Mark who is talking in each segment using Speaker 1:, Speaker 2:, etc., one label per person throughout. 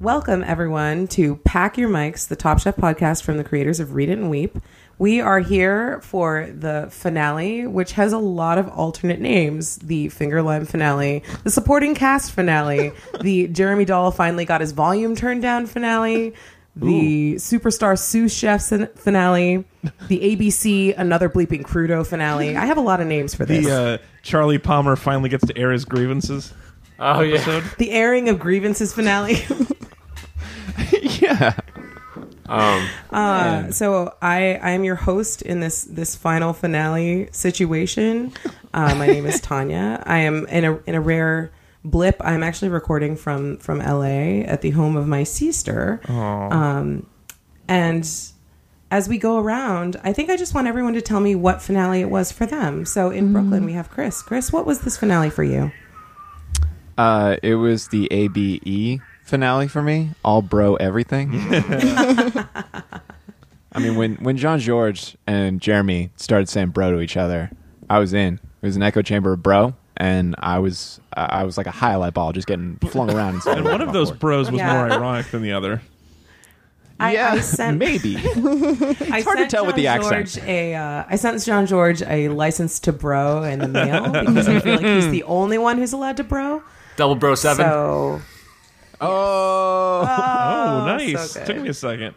Speaker 1: Welcome, everyone, to Pack Your Mics, the Top Chef podcast from the creators of Read It and Weep. We are here for the finale, which has a lot of alternate names the Finger Lime finale, the supporting cast finale, the Jeremy Doll finally got his volume turned down finale, the Superstar Sous Chef fin- finale, the ABC Another Bleeping Crudo finale. I have a lot of names for this.
Speaker 2: The uh, Charlie Palmer finally gets to air his grievances.
Speaker 3: Oh yeah.
Speaker 2: episode.
Speaker 1: the airing of grievances finale.
Speaker 4: yeah.
Speaker 3: Um,
Speaker 1: Uh, so I I am your host in this this final finale situation. Uh, my name is Tanya. I am in a in a rare blip. I'm actually recording from from LA at the home of my sister. Um, and as we go around, I think I just want everyone to tell me what finale it was for them. So in Brooklyn, we have Chris. Chris, what was this finale for you?
Speaker 4: Uh, it was the ABE finale for me. All bro everything. I mean, when when Jean George and Jeremy started saying bro to each other, I was in. It was an echo chamber of bro, and I was I I was like a highlight ball, just getting flung around. And,
Speaker 2: And one of those bros was
Speaker 1: Yeah.
Speaker 2: more ironic than the other.
Speaker 1: I,
Speaker 4: yeah,
Speaker 1: I sent
Speaker 4: maybe.
Speaker 1: I
Speaker 4: hard to
Speaker 1: sent
Speaker 4: tell with the
Speaker 1: John
Speaker 4: accent.
Speaker 1: George a, uh, I sent John George a license to bro in the mail because I feel like he's the only one who's allowed to bro.
Speaker 3: double bro seven.
Speaker 1: So
Speaker 4: Oh,
Speaker 2: Oh,
Speaker 1: so
Speaker 2: nice!
Speaker 1: good.
Speaker 2: Took me a second.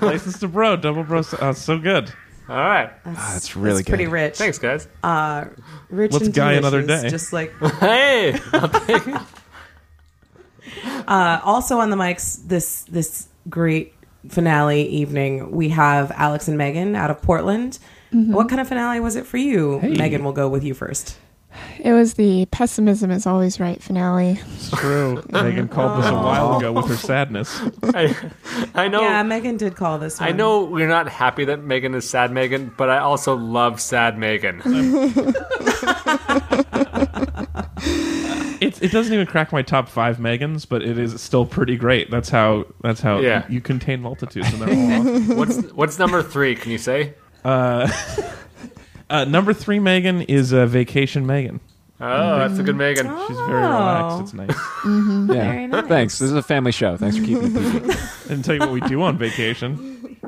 Speaker 2: License to bro, double bro. Oh, so good.
Speaker 3: All right.
Speaker 4: Ah, that's really
Speaker 1: it's pretty
Speaker 4: good.
Speaker 1: rich.
Speaker 3: Thanks, guys.
Speaker 1: Uh, rich
Speaker 2: Let's
Speaker 1: and
Speaker 2: guy another
Speaker 1: delicious,
Speaker 2: day.
Speaker 1: Just like
Speaker 3: Hey.
Speaker 1: uh, also on the mics this this great finale evening we have Alex and Megan out of Portland. What kind of finale was it for you? Megan will go with you first.
Speaker 5: It was the pessimism is always right finale.
Speaker 2: It's true. Megan called this a while ago with her sadness.
Speaker 3: I, I know.
Speaker 1: Yeah, Megan did call this. One.
Speaker 3: I know we're not happy that Megan is sad Megan, but I also love sad Megan.
Speaker 2: It, it doesn't even crack my top five Megans, but it is still pretty great. That's how. That's how.
Speaker 3: Yeah.
Speaker 2: You, contain multitudes, and they're all. awesome.
Speaker 3: What's what's number three? Can you say?
Speaker 2: Uh, number three Megan is uh, Vacation Megan.
Speaker 3: Oh, that's a good Megan.
Speaker 2: She's
Speaker 1: Oh.
Speaker 2: very relaxed. It's nice.
Speaker 4: Yeah.
Speaker 1: Very nice.
Speaker 4: Thanks. This is a family show. Thanks for keeping it PG.
Speaker 2: and tell you what we do on vacation.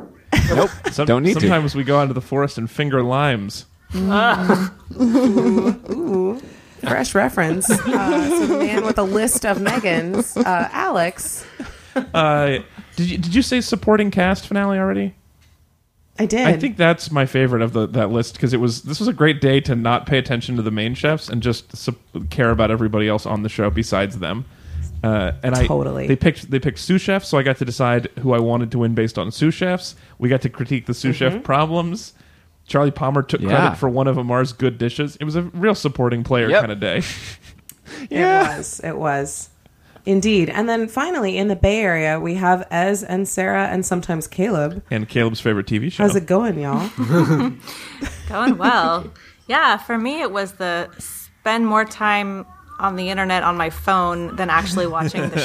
Speaker 4: Nope.
Speaker 2: Some-
Speaker 4: Don't need to.
Speaker 2: Sometimes we go out into the forest and finger limes.
Speaker 1: Ooh, fresh reference. Uh, so the man with a list of Megans, uh, Alex.
Speaker 2: Uh, did you did you say supporting cast finale already?
Speaker 1: I did.
Speaker 2: I think that's my favorite of the, that list because it was this was a great day to not pay attention to the main chefs and just sup- care about everybody else on the show besides them. Uh, and I
Speaker 1: Totally.
Speaker 2: they picked they picked sous chefs, so I got to decide who I wanted to win based on sous chefs. We got to critique the sous chef problems. Charlie Palmer took
Speaker 4: Yeah.
Speaker 2: credit for one of Amar's good dishes. It was a real supporting player
Speaker 4: Yep.
Speaker 2: kind of day.
Speaker 1: it was. It was. Indeed. And then finally, in the Bay Area, we have Ez and Sarah and sometimes Caleb.
Speaker 2: and Caleb's favorite TV show.
Speaker 1: How's it going, y'all?
Speaker 6: Going well. yeah, for me, it was the spend more time on the internet on my phone than actually watching the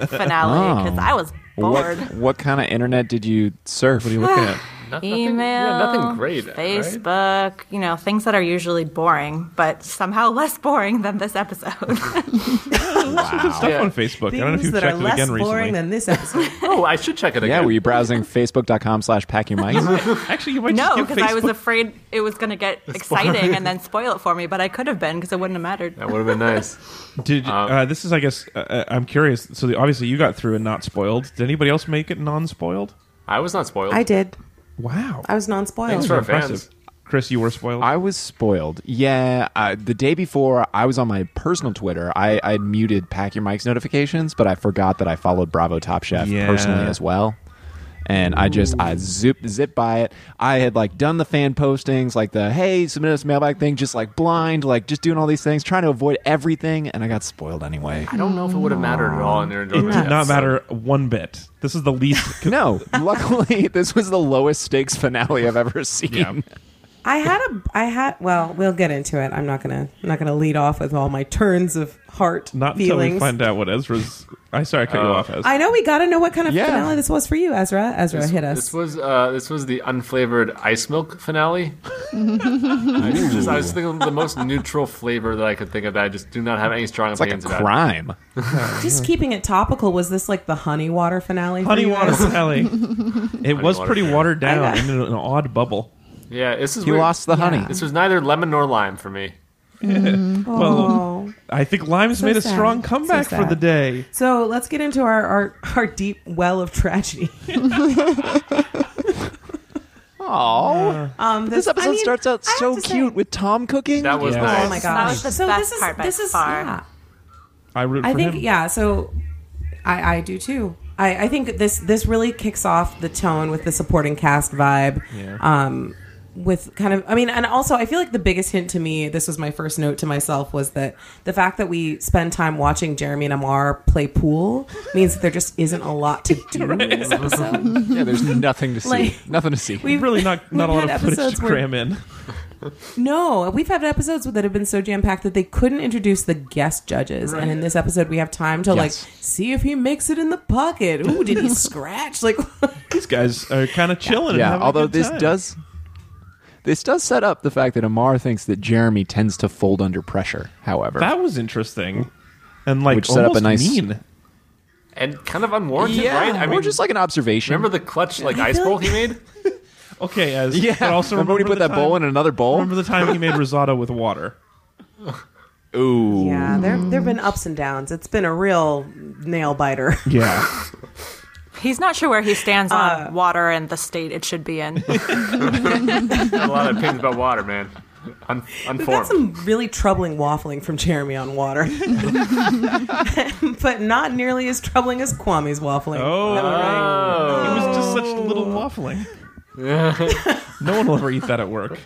Speaker 6: show finale because
Speaker 4: Oh.
Speaker 6: I was bored.
Speaker 4: What what kind of internet did you surf?
Speaker 2: Looking at-
Speaker 3: Not- nothing-
Speaker 6: Email,
Speaker 3: Yeah, nothing great. right?
Speaker 6: Facebook, you know, things that are usually boring, but somehow less boring than this episode.
Speaker 2: stuff
Speaker 3: Yeah.
Speaker 2: on Facebook. I don't know if
Speaker 1: Things
Speaker 2: you
Speaker 1: that are
Speaker 2: checked it
Speaker 1: less
Speaker 2: again
Speaker 1: boring
Speaker 2: recently.
Speaker 1: than this episode.
Speaker 3: Oh, I should check it again.
Speaker 4: Yeah, were you browsing facebook.com slash pack your mics?
Speaker 2: Actually, you might
Speaker 6: no,
Speaker 2: just give
Speaker 6: because I was
Speaker 2: Facebook-
Speaker 6: afraid it was going to get exciting and then spoil it for me, but I could have been because it wouldn't have mattered.
Speaker 3: That would have been nice.
Speaker 2: Did uh, this is I guess uh, uh, I'm curious. So the, obviously you got through and not spoiled. Did anybody else make it non-spoiled?
Speaker 3: I was not spoiled.
Speaker 1: I did.
Speaker 2: Wow,
Speaker 1: I was non spoiled.
Speaker 3: Thanks for- our
Speaker 2: impressive.
Speaker 3: fans.
Speaker 2: Chris, you were spoiled.
Speaker 4: I was spoiled. Yeah, uh, the day before I was on my personal Twitter. I I had muted pack your mics notifications, but I forgot that I followed Bravo Top Chef
Speaker 2: Yeah.
Speaker 4: personally as well. And I just I zip zip by it. I had like done the fan postings, like the hey submit us mailbag thing, just like blind, like just doing all these things, trying to avoid everything, and I got spoiled anyway.
Speaker 3: I don't know if it would have mattered at all in their
Speaker 2: it did not matter one bit. This is the least.
Speaker 4: No, luckily this was the lowest stakes finale I've ever seen.
Speaker 2: yeah.
Speaker 1: I had a. I had. Well, we'll get into it. I'm not gonna. I'm not gonna lead off with all my turns of heart
Speaker 2: Not
Speaker 1: feelings.
Speaker 2: until we find out what Ezra's. I sorry, I cut you off, Ezra.
Speaker 1: I know we got to know what kind of
Speaker 4: Yeah.
Speaker 1: finale this was for you, Ezra. Ezra, hit us.
Speaker 3: This was uh, this was the unflavored ice milk finale. Just- I was thinking the most neutral flavor that I could think of. That I just do not have any strong
Speaker 4: It's like a
Speaker 3: opinions about.
Speaker 4: crime.
Speaker 1: Just keeping it topical, was this like the honey water finale? for
Speaker 2: Honey
Speaker 1: you
Speaker 2: water
Speaker 1: guys?
Speaker 2: finale. It was
Speaker 3: water
Speaker 2: pretty
Speaker 3: finale.
Speaker 2: watered down
Speaker 1: I
Speaker 2: in an, an odd bubble.
Speaker 3: Yeah, this is
Speaker 4: You
Speaker 3: weird.
Speaker 4: lost the honey.
Speaker 3: This was neither lemon nor lime for me.
Speaker 1: Oh.
Speaker 2: I think Lime's
Speaker 1: So
Speaker 2: made a
Speaker 1: sad.
Speaker 2: strong
Speaker 1: So
Speaker 2: comeback for
Speaker 1: sad.
Speaker 2: the day.
Speaker 1: So let's get into our, our, our deep well of tragedy.
Speaker 4: Oh,
Speaker 1: Um,
Speaker 4: this episode
Speaker 1: I mean,
Speaker 4: starts out
Speaker 1: I have
Speaker 4: so
Speaker 1: to say-
Speaker 4: cute with Tom cooking.
Speaker 3: That was
Speaker 2: Yeah.
Speaker 3: nice.
Speaker 1: Oh my gosh!
Speaker 6: That was the
Speaker 1: so
Speaker 6: best
Speaker 1: this is
Speaker 6: part by
Speaker 1: this is
Speaker 6: far.
Speaker 1: yeah.
Speaker 2: I root
Speaker 1: I
Speaker 2: for
Speaker 1: think
Speaker 2: him.
Speaker 1: yeah. So I I do too. I I think this this really kicks off the tone with the supporting cast vibe.
Speaker 2: Yeah.
Speaker 1: Um, with kind of I mean, and also I feel like the biggest hint to me, this was my first note to myself, was that the fact that we spend time watching Jeremy and Amar play pool means that there just isn't a lot to do in this episode.
Speaker 4: yeah, there's nothing to see.
Speaker 1: Like-
Speaker 4: nothing to see.
Speaker 1: We've
Speaker 2: really not not a
Speaker 1: we've
Speaker 2: lot
Speaker 1: had
Speaker 2: of footage
Speaker 1: episodes
Speaker 2: to
Speaker 1: where-
Speaker 2: cram in.
Speaker 1: No, we've had episodes that have been so jam packed that they couldn't introduce the guest judges, and in this episode, we have time to like
Speaker 4: Yes.
Speaker 1: see if he makes it in the pocket. Ooh, did he scratch? Like,
Speaker 2: These guys are kind of chilling. and
Speaker 4: yeah,
Speaker 2: having a
Speaker 4: although
Speaker 2: good
Speaker 4: this
Speaker 2: time.
Speaker 4: does this does set up the fact that Amar thinks that Jeremy tends to fold under pressure. However,
Speaker 2: that was interesting, and like
Speaker 4: Which set up a
Speaker 2: almost
Speaker 4: nice-
Speaker 2: mean.
Speaker 3: And kind of unwarranted,
Speaker 4: yeah,
Speaker 3: right? I
Speaker 4: or
Speaker 3: mean,
Speaker 4: just like an observation.
Speaker 3: remember the clutch like
Speaker 1: I
Speaker 3: ice
Speaker 1: feel
Speaker 3: bowl
Speaker 1: like-
Speaker 3: he made?
Speaker 2: Okay, as
Speaker 4: yeah,
Speaker 2: but also
Speaker 4: remember
Speaker 2: remember,
Speaker 4: when he
Speaker 2: the
Speaker 4: put that bowl
Speaker 2: time-
Speaker 4: in another bowl?
Speaker 2: Remember the time he made risotto with water?
Speaker 4: Ooh,
Speaker 1: yeah, there there have been ups and downs. It's been a real nail biter.
Speaker 2: Yeah,
Speaker 6: He's not sure where he stands on water and the state it should be in.
Speaker 3: Had a lot of opinions about water, man. Un-
Speaker 1: We've got
Speaker 3: unformed.
Speaker 1: some really troubling waffling from Jeremy on water, but not nearly as troubling as Kwame's waffling.
Speaker 2: Oh.
Speaker 1: Am I right?
Speaker 2: it was just such little waffling. no one will ever eat that at work.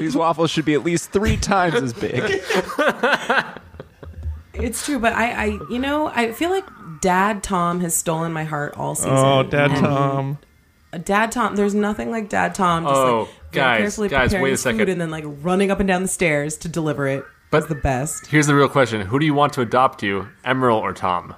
Speaker 4: these waffles should be at least three times as big.
Speaker 1: it's true. But I, I, you know, I feel like Dad Tom has stolen my heart all season.
Speaker 2: Oh, Dad
Speaker 4: Mm.
Speaker 1: And-
Speaker 2: Tom.
Speaker 1: Dad Tom. There's nothing like Dad Tom. Just
Speaker 3: Oh,
Speaker 1: like very
Speaker 3: guys,
Speaker 1: carefully
Speaker 3: guys,
Speaker 1: preparing
Speaker 3: wait a
Speaker 1: his food
Speaker 3: second.
Speaker 1: and then like running up and down the stairs to deliver it.
Speaker 3: But-
Speaker 1: But the best.
Speaker 3: Here's the real question: Who do you want to adopt you, Emerald or Tom?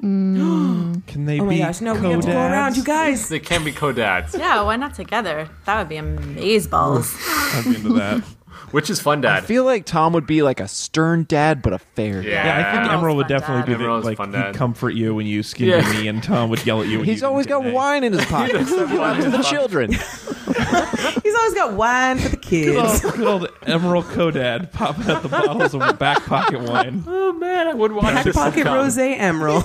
Speaker 2: Can they
Speaker 1: Oh my
Speaker 2: be
Speaker 1: gosh! No, we have to go
Speaker 2: co-dads?
Speaker 1: around, you guys.
Speaker 3: They can be co-dads,
Speaker 6: yeah, why not together? That would be amazeballs.
Speaker 2: I'd be into that.
Speaker 3: which is fun, Dad.
Speaker 4: I feel like Tom would be like a stern dad, but a fair.
Speaker 3: yeah.
Speaker 4: dad.
Speaker 2: Yeah, I think
Speaker 6: Emerald's
Speaker 2: Emerald would
Speaker 6: fun
Speaker 2: definitely
Speaker 6: dad.
Speaker 2: be the,
Speaker 3: Emerald's
Speaker 2: like
Speaker 3: fun
Speaker 2: he'd
Speaker 3: dad.
Speaker 2: comfort you when you skinned
Speaker 3: Yeah.
Speaker 2: me, and Tom would yell at you. when
Speaker 4: He's
Speaker 2: you
Speaker 4: always got
Speaker 2: didn't get an
Speaker 4: wine in his pocket. to the children.
Speaker 1: He's always got wine for the
Speaker 2: A.
Speaker 1: kids.
Speaker 2: Oh, good old Emerald Codad popping out the bottles of back pocket wine.
Speaker 3: Oh man, I would watch
Speaker 1: Back
Speaker 3: this.
Speaker 1: pocket
Speaker 3: sitcom.
Speaker 1: rose emerald.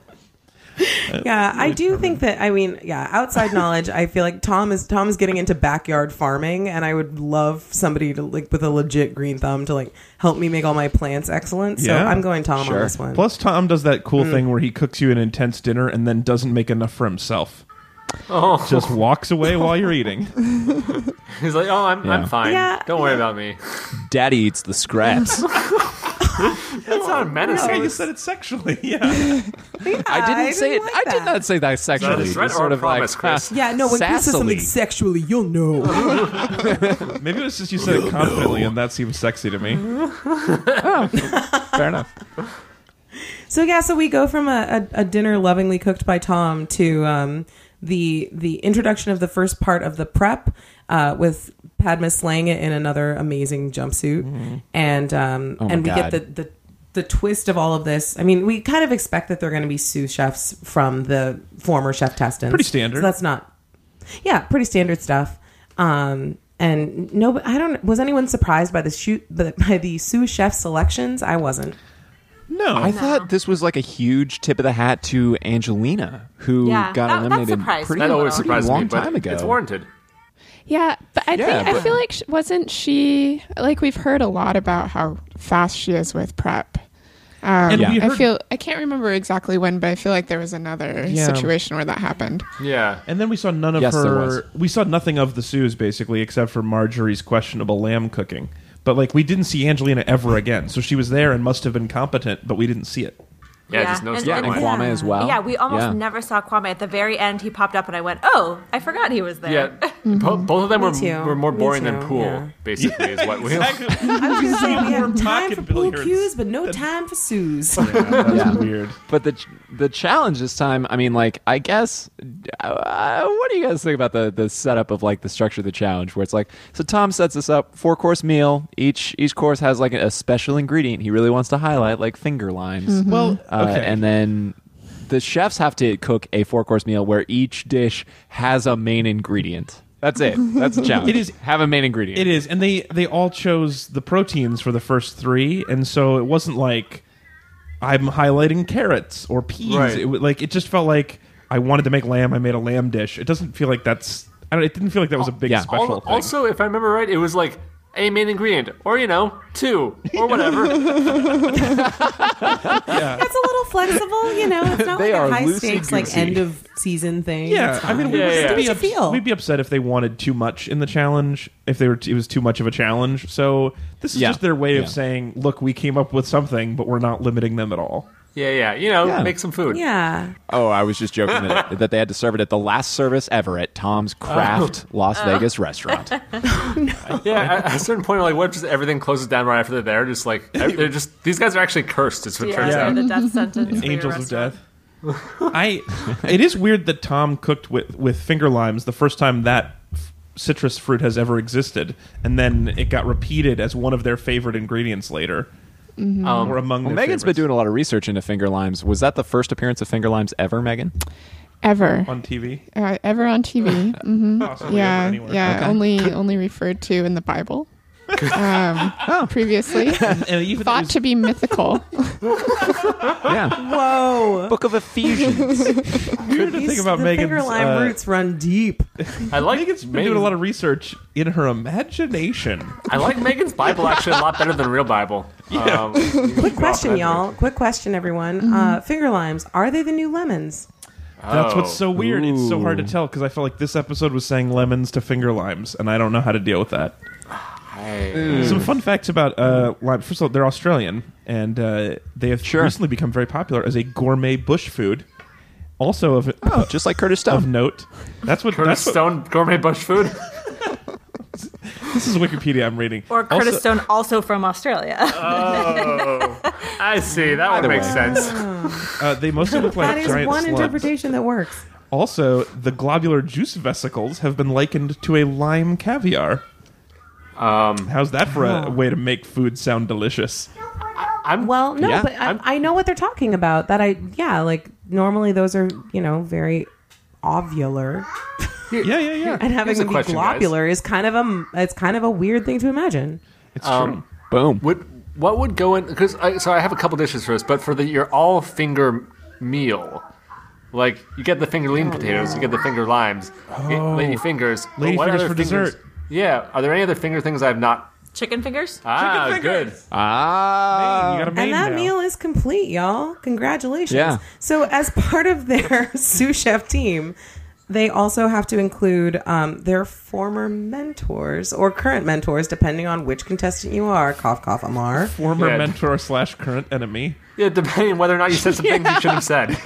Speaker 1: yeah, I do think that. I mean, yeah, outside knowledge. I feel like Tom is Tom is getting into backyard farming, and I would love somebody to like with a legit green thumb to like help me make all my plants excellent. So
Speaker 2: Yeah.
Speaker 1: I'm going Tom
Speaker 4: Sure.
Speaker 1: on this one.
Speaker 2: Plus, Tom does that cool
Speaker 4: Hmm.
Speaker 2: thing where he cooks you an intense dinner and then doesn't make enough for himself.
Speaker 3: Oh,
Speaker 2: Just walks away while you're eating.
Speaker 3: he's like, oh, I'm, I'm
Speaker 4: Yeah.
Speaker 3: fine.
Speaker 1: Yeah,
Speaker 3: Don't worry about me.
Speaker 4: Daddy eats the scraps.
Speaker 3: That's not
Speaker 2: Yeah,
Speaker 3: menacing.
Speaker 2: you said it sexually. Yeah.
Speaker 4: I didn't
Speaker 1: I
Speaker 4: say it.
Speaker 1: didn't like
Speaker 4: I did
Speaker 1: that.
Speaker 4: not say that sexually.
Speaker 3: uh, threat
Speaker 4: It's
Speaker 3: or
Speaker 4: sort
Speaker 3: a
Speaker 4: of like,
Speaker 3: promise, Chris?
Speaker 4: ah,
Speaker 1: yeah, no. When Chris says something
Speaker 4: sassily.
Speaker 1: sexually, you'll know.
Speaker 2: Maybe it was just you said it confidently, and that seems sexy to me.
Speaker 4: Oh. Fair enough.
Speaker 1: So yeah, so we go from a, a, a dinner lovingly cooked by Tom to um, the the introduction of the first part of the prep uh, with Padma slaying it in another amazing jumpsuit, and um,
Speaker 4: my
Speaker 1: and we get
Speaker 4: God.
Speaker 1: the, the the twist of all of this. I mean, we kind of expect that they're going to be sous chefs from the former chef Testons.
Speaker 2: Pretty standard.
Speaker 1: So that's not, yeah, pretty standard stuff. Um, and no, I don't. Was anyone surprised by the shoot by, by the sous chef selections? I wasn't.
Speaker 2: No.
Speaker 4: I thought this was like a huge tip of the hat to Angelina, who
Speaker 6: Yeah,
Speaker 4: got
Speaker 6: that- that
Speaker 4: eliminated
Speaker 6: surprised
Speaker 4: pretty,
Speaker 6: me.
Speaker 3: that always
Speaker 4: pretty
Speaker 3: surprised
Speaker 4: long
Speaker 3: me, but
Speaker 4: time ago.
Speaker 3: it's warranted.
Speaker 5: Yeah, but I
Speaker 4: Yeah,
Speaker 5: think I
Speaker 4: but-
Speaker 5: feel like sh wasn't she like we've heard a lot about how fast she is with prep. Um,
Speaker 2: And
Speaker 4: Yeah.
Speaker 2: we
Speaker 5: I
Speaker 2: heard,
Speaker 5: feel I can't remember exactly when, but I feel like there was another
Speaker 2: Yeah.
Speaker 5: situation where that happened.
Speaker 3: Yeah.
Speaker 2: and then we saw none of
Speaker 4: Yes, there was.
Speaker 2: her. We saw nothing of the Sue's basically, except for Marjorie's questionable lamb cooking. But like, we didn't see Angelina ever again. So she was there and must have been competent, but we didn't see it.
Speaker 3: Yeah, just no
Speaker 4: Yeah,
Speaker 3: storyline.
Speaker 4: and Kwame as well.
Speaker 6: Yeah, we almost
Speaker 4: Yeah.
Speaker 6: never saw Kwame. At the very end, he popped up, and I went, "Oh, I forgot he was there."
Speaker 3: Yeah, Bo- both of them
Speaker 1: Me
Speaker 3: were,
Speaker 1: too.
Speaker 3: were more
Speaker 1: Me
Speaker 3: boring than
Speaker 1: too,
Speaker 3: pool,
Speaker 1: yeah.
Speaker 3: basically. is what we,
Speaker 1: I was going to say we have time for pool
Speaker 2: Billiards.
Speaker 1: cues, but no time for Sue's.
Speaker 2: That's
Speaker 4: Yeah.
Speaker 2: weird.
Speaker 4: But the ch- the challenge this time, I mean, like, I guess, uh, what do you guys think about the the setup of like the structure of the challenge, where it's like, so Tom sets this up, four course meal, each each course has like a special ingredient he really wants to highlight, like finger limes.
Speaker 2: Well,
Speaker 4: Uh,
Speaker 2: okay.
Speaker 4: and then the chefs have to cook a four course meal where each dish has a main ingredient. That's it. That's the challenge.
Speaker 2: It is-
Speaker 4: have a main ingredient.
Speaker 2: It is, and they they all chose the proteins for the first three, and so it wasn't like I'm highlighting carrots or peas.
Speaker 3: Right.
Speaker 2: It, wa- like it just felt like I wanted to make lamb. I made a lamb dish. It doesn't feel like that's. I don't, it didn't feel like that was a big
Speaker 4: Yeah.
Speaker 2: special
Speaker 3: Al-
Speaker 2: thing.
Speaker 3: Also, if I remember right, it was like a main ingredient, or you know, two, or whatever.
Speaker 1: That's a little flexible, you know. It's not
Speaker 4: They
Speaker 1: like
Speaker 4: are
Speaker 1: a high stakes, like
Speaker 4: loosey-goosey.
Speaker 1: end of season thing.
Speaker 2: yeah,
Speaker 1: It's
Speaker 2: I mean,
Speaker 1: fine.
Speaker 2: we
Speaker 3: Yeah,
Speaker 2: would
Speaker 3: yeah.
Speaker 2: Be
Speaker 1: How does it feel?
Speaker 2: we'd be upset if they wanted too much in the challenge. If they were, t- it was too much of a challenge. So this is
Speaker 4: Yeah.
Speaker 2: just their way
Speaker 4: Yeah.
Speaker 2: of saying, look, we came up with something, but we're not limiting them at all.
Speaker 3: yeah, yeah. You know,
Speaker 4: Yeah.
Speaker 3: make some food.
Speaker 1: yeah.
Speaker 4: Oh, I was just joking that, that they had to serve it at the last service ever at Tom's
Speaker 2: Oh.
Speaker 4: Craft Las Vegas restaurant.
Speaker 3: Yeah, at, at a certain point, like, what if just everything closes down right after they're there? Just like they're just these guys are actually cursed. Is what it
Speaker 6: Yeah,
Speaker 3: turns
Speaker 6: sorry,
Speaker 3: out.
Speaker 6: the death sentence. for your
Speaker 2: Angels of
Speaker 6: restaurant.
Speaker 2: Death. I. It is weird that Tom cooked with with finger limes the first time that f- citrus fruit has ever existed, and then it got repeated as one of their favorite ingredients later,
Speaker 1: Mm-hmm.
Speaker 2: or
Speaker 3: Um,
Speaker 2: among. their
Speaker 4: Well, Megan's been
Speaker 2: favorites
Speaker 4: doing a lot of research into finger limes. Was that the first appearance of finger limes ever, Megan?
Speaker 5: Ever.
Speaker 2: on TV.
Speaker 5: Uh, ever on TV.
Speaker 1: Mm-hmm.
Speaker 5: hmm
Speaker 2: Possibly ever
Speaker 5: Yeah.
Speaker 2: anywhere.
Speaker 5: Yeah. Only only referred to in the Bible. Um,
Speaker 2: Oh.
Speaker 5: previously.
Speaker 2: And even though it
Speaker 5: Thought
Speaker 2: was-
Speaker 5: to be mythical.
Speaker 4: Yeah.
Speaker 1: Whoa.
Speaker 4: Book of Ephesians.
Speaker 2: weird to
Speaker 1: These-
Speaker 2: think about
Speaker 1: the
Speaker 2: Megan's.
Speaker 1: finger lime
Speaker 2: uh,
Speaker 1: roots run deep.
Speaker 3: I like
Speaker 2: Megan's been
Speaker 3: Megan-
Speaker 2: doing a lot of research in her imagination.
Speaker 3: I like Megan's Bible actually a lot better than real Bible. Um, you can go off
Speaker 1: Quick question,
Speaker 3: that
Speaker 1: y'all.
Speaker 3: direction.
Speaker 1: Quick question, everyone.
Speaker 2: Mm-hmm.
Speaker 1: Uh, finger limes are they the new lemons?
Speaker 2: That's
Speaker 3: Oh.
Speaker 2: what's so weird. It's so hard to
Speaker 4: Ooh.
Speaker 2: tell because I felt like this episode was saying lemons to finger limes, and I don't know how to deal with that.
Speaker 3: Hey.
Speaker 2: Some fun facts about uh, lime. First of all, they're Australian, and uh, they have
Speaker 4: Sure.
Speaker 2: recently become very popular as a gourmet bush food. Also of
Speaker 4: Oh, just like Curtis
Speaker 2: of
Speaker 4: Stone.
Speaker 2: note, that's what
Speaker 3: Curtis
Speaker 2: that's what,
Speaker 3: Stone gourmet bush food.
Speaker 2: this is Wikipedia I'm reading.
Speaker 6: Or Curtis
Speaker 2: Also-
Speaker 6: Stone, also from Australia.
Speaker 3: I see. That one
Speaker 4: Either
Speaker 3: makes
Speaker 4: way.
Speaker 3: sense.
Speaker 2: uh, they mostly look like
Speaker 1: That is
Speaker 2: giant
Speaker 1: one
Speaker 2: slugs.
Speaker 1: interpretation that works.
Speaker 2: Also, the globular juice vesicles have been likened to a lime caviar. Um, How's that for
Speaker 1: Oh.
Speaker 2: a way to make food sound delicious?
Speaker 1: Well, no,
Speaker 4: Yeah,
Speaker 1: but I,
Speaker 3: I'm-
Speaker 1: I know what they're talking about. That I, yeah, like normally those are, you know, very ovular,
Speaker 2: Yeah, yeah, yeah.
Speaker 1: and having
Speaker 3: Here's a
Speaker 1: them be
Speaker 3: question, guys.
Speaker 1: globular is kind of a, it's kind of a weird thing to imagine.
Speaker 2: It's true.
Speaker 4: Boom.
Speaker 3: Would what would go in? Because I, so I have a couple dishes for this, but for the your all finger meal, like you get the finger
Speaker 2: Oh,
Speaker 3: lean potatoes, you get the finger limes, you get lady fingers, but
Speaker 2: Lady
Speaker 3: what
Speaker 2: fingers
Speaker 3: other
Speaker 2: for dessert.
Speaker 3: Yeah, are there any other finger things I've not?
Speaker 6: Chicken fingers?
Speaker 3: Ah, good.
Speaker 2: fingers.
Speaker 4: Ah.
Speaker 2: you got a maid
Speaker 1: and that
Speaker 2: now.
Speaker 1: meal is complete, y'all. Congratulations.
Speaker 4: Yeah.
Speaker 1: So, as part of their sous chef team, they also have to include um, their former mentors or current mentors, depending on which contestant you are. Cough, cough, Amar.
Speaker 2: former
Speaker 3: Yeah.
Speaker 2: mentor slash current enemy.
Speaker 3: Yeah, depending on whether or not you said some things you shouldn't have said.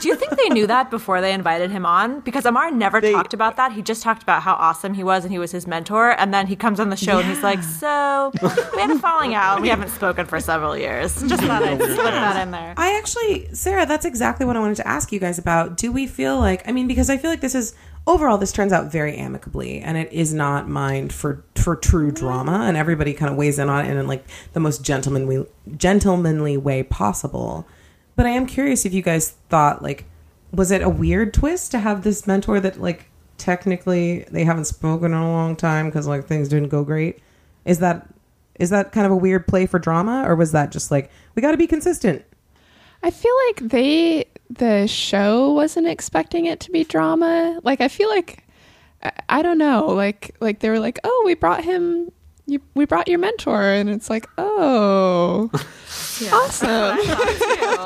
Speaker 6: Do you think they knew that before they invited him on? Because Amar never talked about that. He just talked about how awesome he was and he was his mentor. And then he comes on the show and he's like, So we had a falling out. We haven't spoken for several years. Just thought I'd slip that in there.
Speaker 1: I actually, Sarah, that's exactly what I wanted to ask you guys about. Do we feel like, I mean, because I feel like this is overall, this turns out very amicably, and it is not mined for for true drama, and everybody kind of weighs in on it in like the most gentlemanly gentlemanly way possible. But I am curious if you guys thought like, was it a weird twist to have this mentor that like technically they haven't spoken in a long time because like things didn't go great? Is that is that kind of a weird play for drama, or was that just like we got to be consistent?
Speaker 5: I feel like they the show wasn't expecting it to be drama. Like I feel like I, I don't know. Like like they were like, "Oh, we brought him you we brought your mentor." And it's like, "Oh." awesome.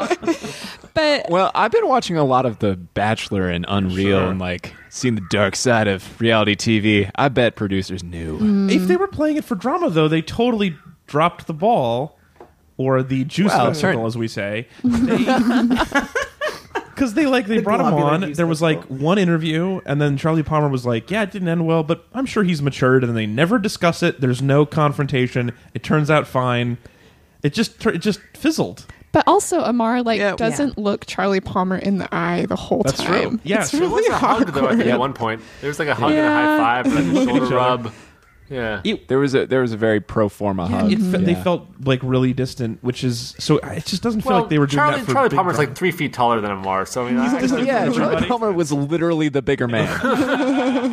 Speaker 5: But
Speaker 4: Well, I've been watching a lot of The Bachelor and Unreal and like seeing the dark side of reality TV. I bet producers knew.
Speaker 3: Mm-hmm.
Speaker 2: If they were playing it for drama, though, they totally dropped the ball, or the juice
Speaker 4: Well,
Speaker 2: vesicle,
Speaker 4: turn-
Speaker 2: as we say. Because because they like they
Speaker 1: The
Speaker 2: brought him
Speaker 1: globular
Speaker 2: on.
Speaker 1: juice
Speaker 2: There was
Speaker 1: that's
Speaker 2: like one interview, and then Charlie Palmer was like, "Yeah, it didn't end well, but I'm sure he's matured." And they never discuss it. There's no confrontation. It turns out fine. It just tur- it just fizzled.
Speaker 5: But also, Amar like
Speaker 2: Yeah.
Speaker 5: doesn't look Charlie Palmer in the eye the whole
Speaker 2: That's
Speaker 5: time.
Speaker 2: true. Yeah,
Speaker 5: it's
Speaker 2: sure.
Speaker 5: really
Speaker 3: a hug though. I think
Speaker 4: Yeah.
Speaker 3: at one point there was like a hug
Speaker 5: Yeah.
Speaker 3: and a high five, like a
Speaker 2: Look at each
Speaker 3: shoulder
Speaker 2: other.
Speaker 3: rub. Yeah.
Speaker 4: There was a there was a very pro forma hug.
Speaker 2: It fe- They
Speaker 4: Yeah.
Speaker 2: felt like really distant, which is so it just doesn't feel
Speaker 3: Well,
Speaker 2: like they were doing
Speaker 3: Charlie,
Speaker 2: that for
Speaker 3: Charlie
Speaker 2: big
Speaker 3: Palmer's
Speaker 2: drama.
Speaker 3: like three feet taller than Amar, so I mean, I,
Speaker 2: just-
Speaker 4: yeah, Charlie
Speaker 2: Everybody.
Speaker 4: Palmer was literally the bigger man.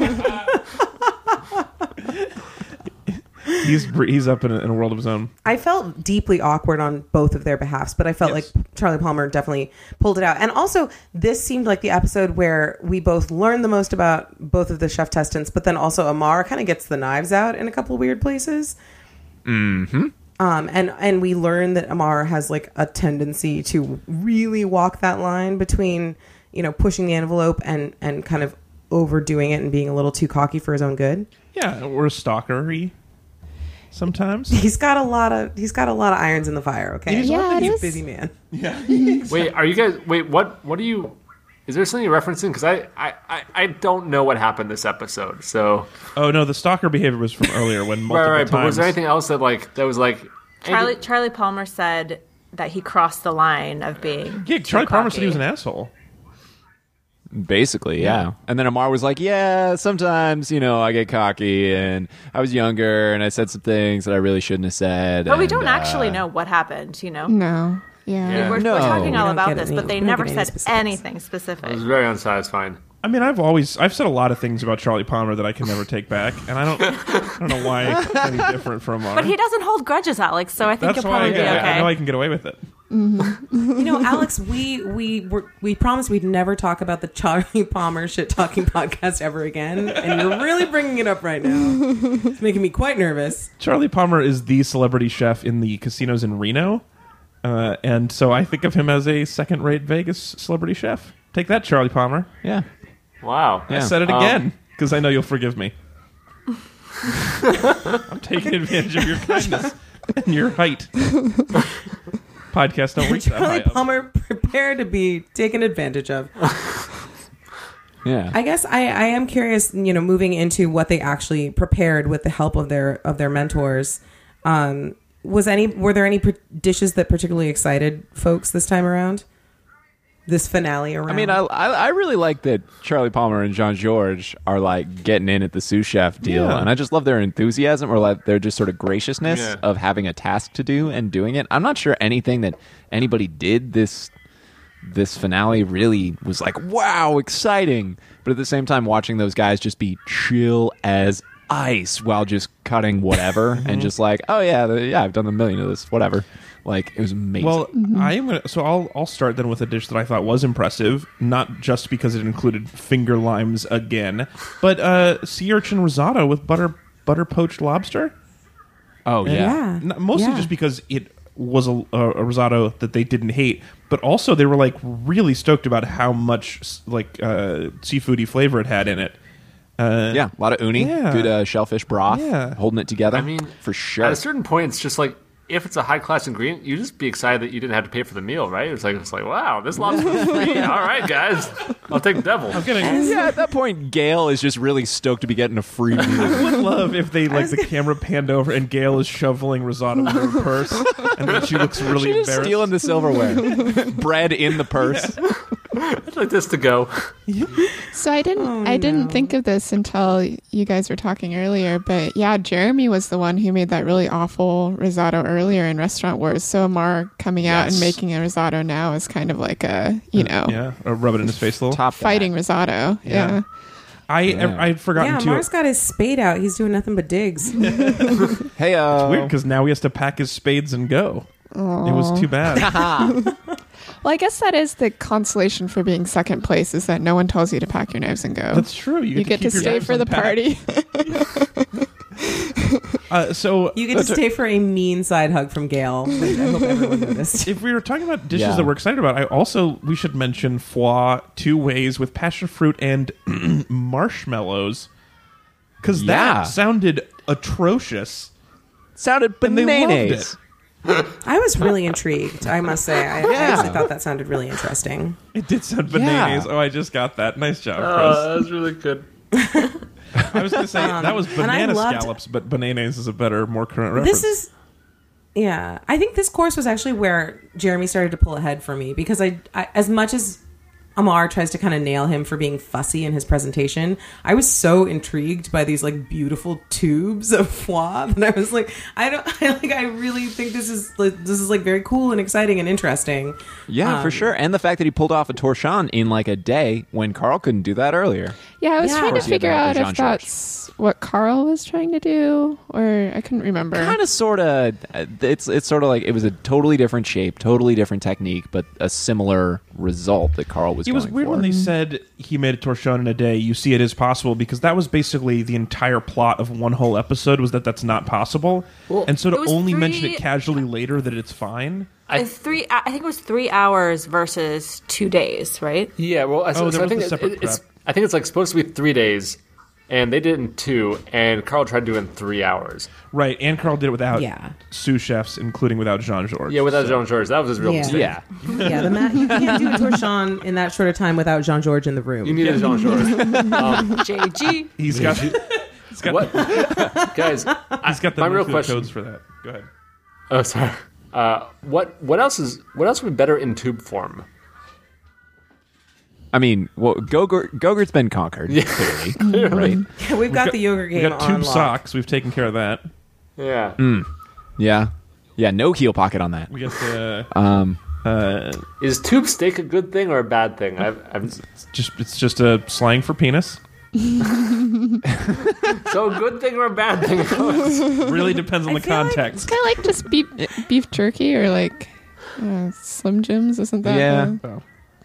Speaker 2: he's he's up in a, in a world of his own.
Speaker 1: I felt deeply awkward on both of their behalfs, but I felt
Speaker 2: Yes.
Speaker 1: like Charlie Palmer definitely pulled it out. And also, this seemed like the episode where we both learned the most about both of the chef testants, but then also Amar kind of gets the knives out in a couple weird places. Mm-hmm. Um, and and we learn that Amar has like a tendency to really walk that line between you know pushing the envelope and and kind of overdoing it and being a little too cocky for his own good.
Speaker 2: Yeah, or stalkery sometimes.
Speaker 1: He's got a lot of he's got a lot of irons in the fire. Okay,
Speaker 2: He's
Speaker 5: Yeah, it
Speaker 1: he's
Speaker 5: is.
Speaker 1: a busy man.
Speaker 3: wait, are you guys? Wait, what? What are you? Is there something you're referencing? Because I, I, I, I don't know what happened this episode. So
Speaker 2: Oh no, the stalker behavior was from earlier when
Speaker 3: right,
Speaker 2: multiple
Speaker 3: right. But
Speaker 2: times.
Speaker 3: was there anything else that like that was like?
Speaker 6: Charlie Charlie Palmer said that he crossed the line of being.
Speaker 2: yeah,
Speaker 6: too
Speaker 2: Charlie Palmer said
Speaker 6: cocky.
Speaker 2: he was an asshole.
Speaker 4: Basically, yeah. And then Amar was like, "Yeah, sometimes you know I get cocky, and I was younger, and I said some things that I really shouldn't have said."
Speaker 6: But we
Speaker 4: and,
Speaker 6: don't
Speaker 4: uh,
Speaker 6: actually know what happened. You know,
Speaker 5: no. Yeah.
Speaker 3: Yeah.
Speaker 6: we're,
Speaker 4: No.
Speaker 6: we're talking
Speaker 4: We
Speaker 6: all
Speaker 1: don't
Speaker 6: about
Speaker 1: get
Speaker 6: this,
Speaker 1: any-
Speaker 6: but
Speaker 1: Mm. we
Speaker 6: they
Speaker 1: don't
Speaker 6: never
Speaker 1: get any
Speaker 6: said
Speaker 1: specifics.
Speaker 6: anything specific.
Speaker 3: It was very unsatisfying.
Speaker 2: I mean, I've always I've said a lot of things about Charlie Palmer that I can never take back, and I don't I don't know why it's any different from. Amar.
Speaker 6: But he doesn't hold grudges, Alex. So I think
Speaker 2: That's
Speaker 6: you'll
Speaker 2: why I,
Speaker 6: probably be
Speaker 2: get-
Speaker 6: okay.
Speaker 2: I know I can get away with it.
Speaker 1: You know, Alex, we we were we promised we'd never talk about the Charlie Palmer shit talking podcast ever again, and you're really bringing it up right now. It's making me quite nervous.
Speaker 2: Charlie Palmer is the celebrity chef in the casinos in Reno, uh, and so I think of him as a second-rate Vegas celebrity chef. Take that, Charlie Palmer.
Speaker 4: Yeah,
Speaker 3: Wow.
Speaker 2: I
Speaker 4: Yeah.
Speaker 2: said it
Speaker 3: Um,
Speaker 2: again because I know you'll forgive me. I'm taking advantage of your kindness and your height. Podcast don't reach that high
Speaker 1: Charlie
Speaker 2: up.
Speaker 1: Palmer, prepare to be taken advantage of.
Speaker 4: yeah.
Speaker 1: I guess I, I am curious, you know, moving into what they actually prepared with the help of their of their mentors. Um, was any were there any pr- dishes that particularly excited folks this time around? This finale around.
Speaker 4: I mean, I, I I really like that Charlie Palmer and Jean George are like getting in at the sous chef deal,
Speaker 2: Yeah.
Speaker 4: and I just love their enthusiasm or like their just sort of graciousness
Speaker 3: Yeah.
Speaker 4: of having a task to do and doing it. I'm not sure anything that anybody did this this finale really was like wow exciting, but at the same time watching those guys just be chill as ice while just cutting whatever
Speaker 2: Mm-hmm.
Speaker 4: and just like oh yeah the- yeah I've done a million of this whatever like it was amazing.
Speaker 2: Well, I am gonna, so I'll I'll start then with a dish that I thought was impressive, not just because it included finger limes again, but uh, sea urchin risotto with butter butter poached lobster.
Speaker 4: oh
Speaker 1: yeah.
Speaker 2: N- mostly
Speaker 1: Yeah.
Speaker 2: just because it was a, a, a risotto that they didn't hate, but also they were like really stoked about how much s- like uh, seafoody flavor it had in it.
Speaker 4: Yeah, a lot of uni,
Speaker 2: Yeah.
Speaker 4: good uh, shellfish broth,
Speaker 2: Yeah.
Speaker 4: holding it together.
Speaker 3: I mean,
Speaker 4: for
Speaker 3: At
Speaker 4: sure.
Speaker 3: a certain point, it's just like if it's a high class ingredient, you just be excited that you didn't have to pay for the meal, right? It's like it's like wow, this lobster was free. All right, guys, I'll take devil.
Speaker 4: yeah, at that point, Gail is just really stoked to be getting a free meal.
Speaker 2: would love if they like the camera panned over and Gail is shoveling risotto in her purse, and then she looks really
Speaker 4: She's just
Speaker 2: embarrassed.
Speaker 4: stealing the silverware, bread in the purse.
Speaker 3: I'd like this to go.
Speaker 5: So I didn't I didn't think of this until you guys were talking earlier, but yeah, Jeremy was the one who made that really awful risotto earlier in Restaurant Wars. So Amar coming out
Speaker 4: Yes.
Speaker 5: and making a risotto now is kind of like a, you know,
Speaker 2: Uh, Yeah, or rub it in his face a little.
Speaker 4: Top that.
Speaker 5: fighting risotto.
Speaker 2: Yeah.
Speaker 5: Yeah.
Speaker 2: I
Speaker 4: Yeah.
Speaker 2: I had forgotten
Speaker 1: yeah,
Speaker 2: to.
Speaker 1: Mars got his spade out. He's doing nothing but digs.
Speaker 4: Hey, uh,
Speaker 2: Weird
Speaker 1: Oh.
Speaker 2: because now he has to pack his spades and go. It was too bad.
Speaker 5: Well, I guess that is the consolation for being second place is that no one tells you to pack your knives and go.
Speaker 2: That's true. You,
Speaker 5: you get to
Speaker 2: keep your
Speaker 5: stay
Speaker 2: knives
Speaker 5: for the
Speaker 2: unpacked.
Speaker 5: party.
Speaker 2: Uh, so
Speaker 1: You get to stay for a mean side hug from Gail. which I hope everyone noticed.
Speaker 2: if we were talking about dishes
Speaker 4: Yeah.
Speaker 2: that we're excited about, I also we should mention foie two ways with passion fruit and marshmallows because
Speaker 4: Yeah.
Speaker 2: that sounded atrocious.
Speaker 4: sounded
Speaker 2: And they loved
Speaker 4: bananas.
Speaker 2: it.
Speaker 1: I was really intrigued. I must say, I, I actually thought that sounded really interesting.
Speaker 2: It did sound bananas.
Speaker 4: Yeah.
Speaker 2: Oh, I just got that. Nice job,
Speaker 1: Uh,
Speaker 2: Chris.
Speaker 3: Uh, that was really good.
Speaker 2: I was going to say that was
Speaker 1: um, and I
Speaker 2: banana
Speaker 1: loved-
Speaker 2: scallops, but bananas is a better, more current reference.
Speaker 1: This is, yeah. I think this course was actually where Jeremy started to pull ahead for me because I, I as much as Amar tries to kind of nail him for being fussy in his presentation, I was so intrigued by these like beautiful tubes of foie that I was like, I don't, I like, I really think this is like, this is like very cool and exciting and interesting.
Speaker 4: Yeah, for
Speaker 1: Um,
Speaker 4: sure. And the fact that he pulled off a torsion in like a day when Carl couldn't do that earlier.
Speaker 5: Yeah, I was
Speaker 1: Yeah. Of
Speaker 5: trying to
Speaker 1: course
Speaker 4: you had
Speaker 5: figure
Speaker 4: to have
Speaker 5: out
Speaker 4: the
Speaker 5: if
Speaker 4: Jean George.
Speaker 5: that's what Carl was trying to do, or I couldn't remember.
Speaker 4: Kind of, sort of. uh, It's it's sort of like it was a totally different shape, totally different technique, but a similar result that Carl was.
Speaker 2: It was
Speaker 4: going
Speaker 2: weird
Speaker 4: for.
Speaker 2: when they said he made a torsion in a day. You see, it is possible because that was basically the entire plot of one whole episode was that that's not possible, and so to
Speaker 6: It was
Speaker 2: only mention
Speaker 6: three-
Speaker 2: it casually later that it's fine.
Speaker 6: Uh, three, I think it was three hours versus two days, right?
Speaker 3: Yeah, well, I,
Speaker 2: Oh,
Speaker 3: so
Speaker 2: there
Speaker 3: I
Speaker 2: was
Speaker 3: think
Speaker 2: the
Speaker 3: it-
Speaker 2: separate
Speaker 3: it's
Speaker 2: prep.
Speaker 3: I think it's like supposed to be three days, and they did it in two, and Carl tried to do it in three hours.
Speaker 2: Right, and Carl did it without
Speaker 1: Yeah.
Speaker 2: sous chefs, including without Jean Georges.
Speaker 3: Yeah, without John George, that was his real
Speaker 1: Yeah.
Speaker 3: mistake.
Speaker 4: yeah,
Speaker 1: Yeah, the mat, you can't do a torchon in that short a time without Jean George in the room.
Speaker 3: You needed Jean George.
Speaker 6: JG.
Speaker 2: he's got he's got
Speaker 3: what? Guys,
Speaker 2: he's got the
Speaker 3: My real
Speaker 2: nuclear
Speaker 3: question-
Speaker 2: codes for that. Go ahead.
Speaker 3: oh sorry. Uh, what what else is what else would be better in tube form?
Speaker 4: I mean, well, Gogurt, Gogurt's been conquered clearly, right?
Speaker 1: We've got, the yogurt game
Speaker 2: We got
Speaker 1: on
Speaker 2: tube
Speaker 1: lock.
Speaker 2: socks. We've taken care of that.
Speaker 3: Yeah.
Speaker 4: Yeah, yeah. No heel pocket on that. Um,
Speaker 2: We got the
Speaker 1: Uh,
Speaker 2: uh,
Speaker 3: Is tube steak a good thing or a bad thing? I've, I've,
Speaker 2: it's just it's just a slang for penis.
Speaker 3: so a good thing or a bad thing?
Speaker 2: Really depends on the
Speaker 1: feel like
Speaker 5: It's
Speaker 2: context.
Speaker 5: kind of like just beef, beef jerky or like uh, Slim Jims, isn't that?
Speaker 4: Yeah.
Speaker 5: uh,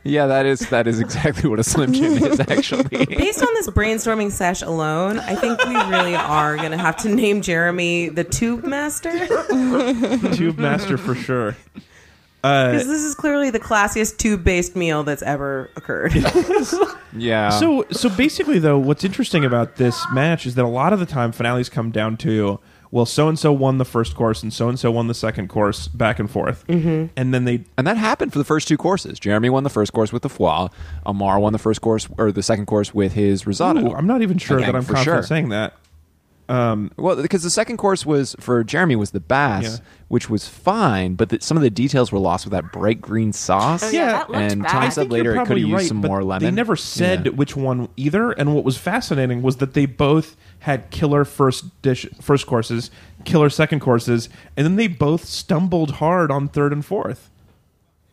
Speaker 4: Yeah, that is that is exactly what a Slim Jim is actually.
Speaker 1: Based on this brainstorming sesh alone, I think we really are going to have to name Jeremy the Tube Master
Speaker 2: Uh,
Speaker 1: because
Speaker 2: tube master for sure.
Speaker 1: this is clearly the classiest tube-based meal that's ever occurred.
Speaker 4: Yeah.
Speaker 2: So so basically though, what's interesting about this match is that a lot of the time finales come down to well, so and so won the first course and so and so won the second course, back and forth, mm-hmm. and then they
Speaker 4: And that happened for the first two courses. Jeremy won the first course with the foie. Amar won the first course or the second course with his risotto.
Speaker 2: Ooh, I'm not even sure
Speaker 4: Again,
Speaker 2: that I'm
Speaker 4: for
Speaker 2: confident
Speaker 4: sure.
Speaker 2: saying that.
Speaker 4: Well, because the second course was for Jeremy was the bass,
Speaker 2: Yeah.
Speaker 4: which was fine, but the, some of the details were lost with that bright green sauce.
Speaker 6: Oh, yeah, that looked
Speaker 4: and
Speaker 6: bad.
Speaker 4: Tom
Speaker 6: I
Speaker 2: I
Speaker 4: said
Speaker 2: think
Speaker 4: later
Speaker 2: you're
Speaker 4: it could
Speaker 2: probably
Speaker 4: have used
Speaker 2: right,
Speaker 4: some
Speaker 2: but
Speaker 4: more lemon.
Speaker 2: They never said which one either. And what was fascinating was that they both had killer first dish, first courses, killer second courses, and then they both stumbled hard on third and fourth.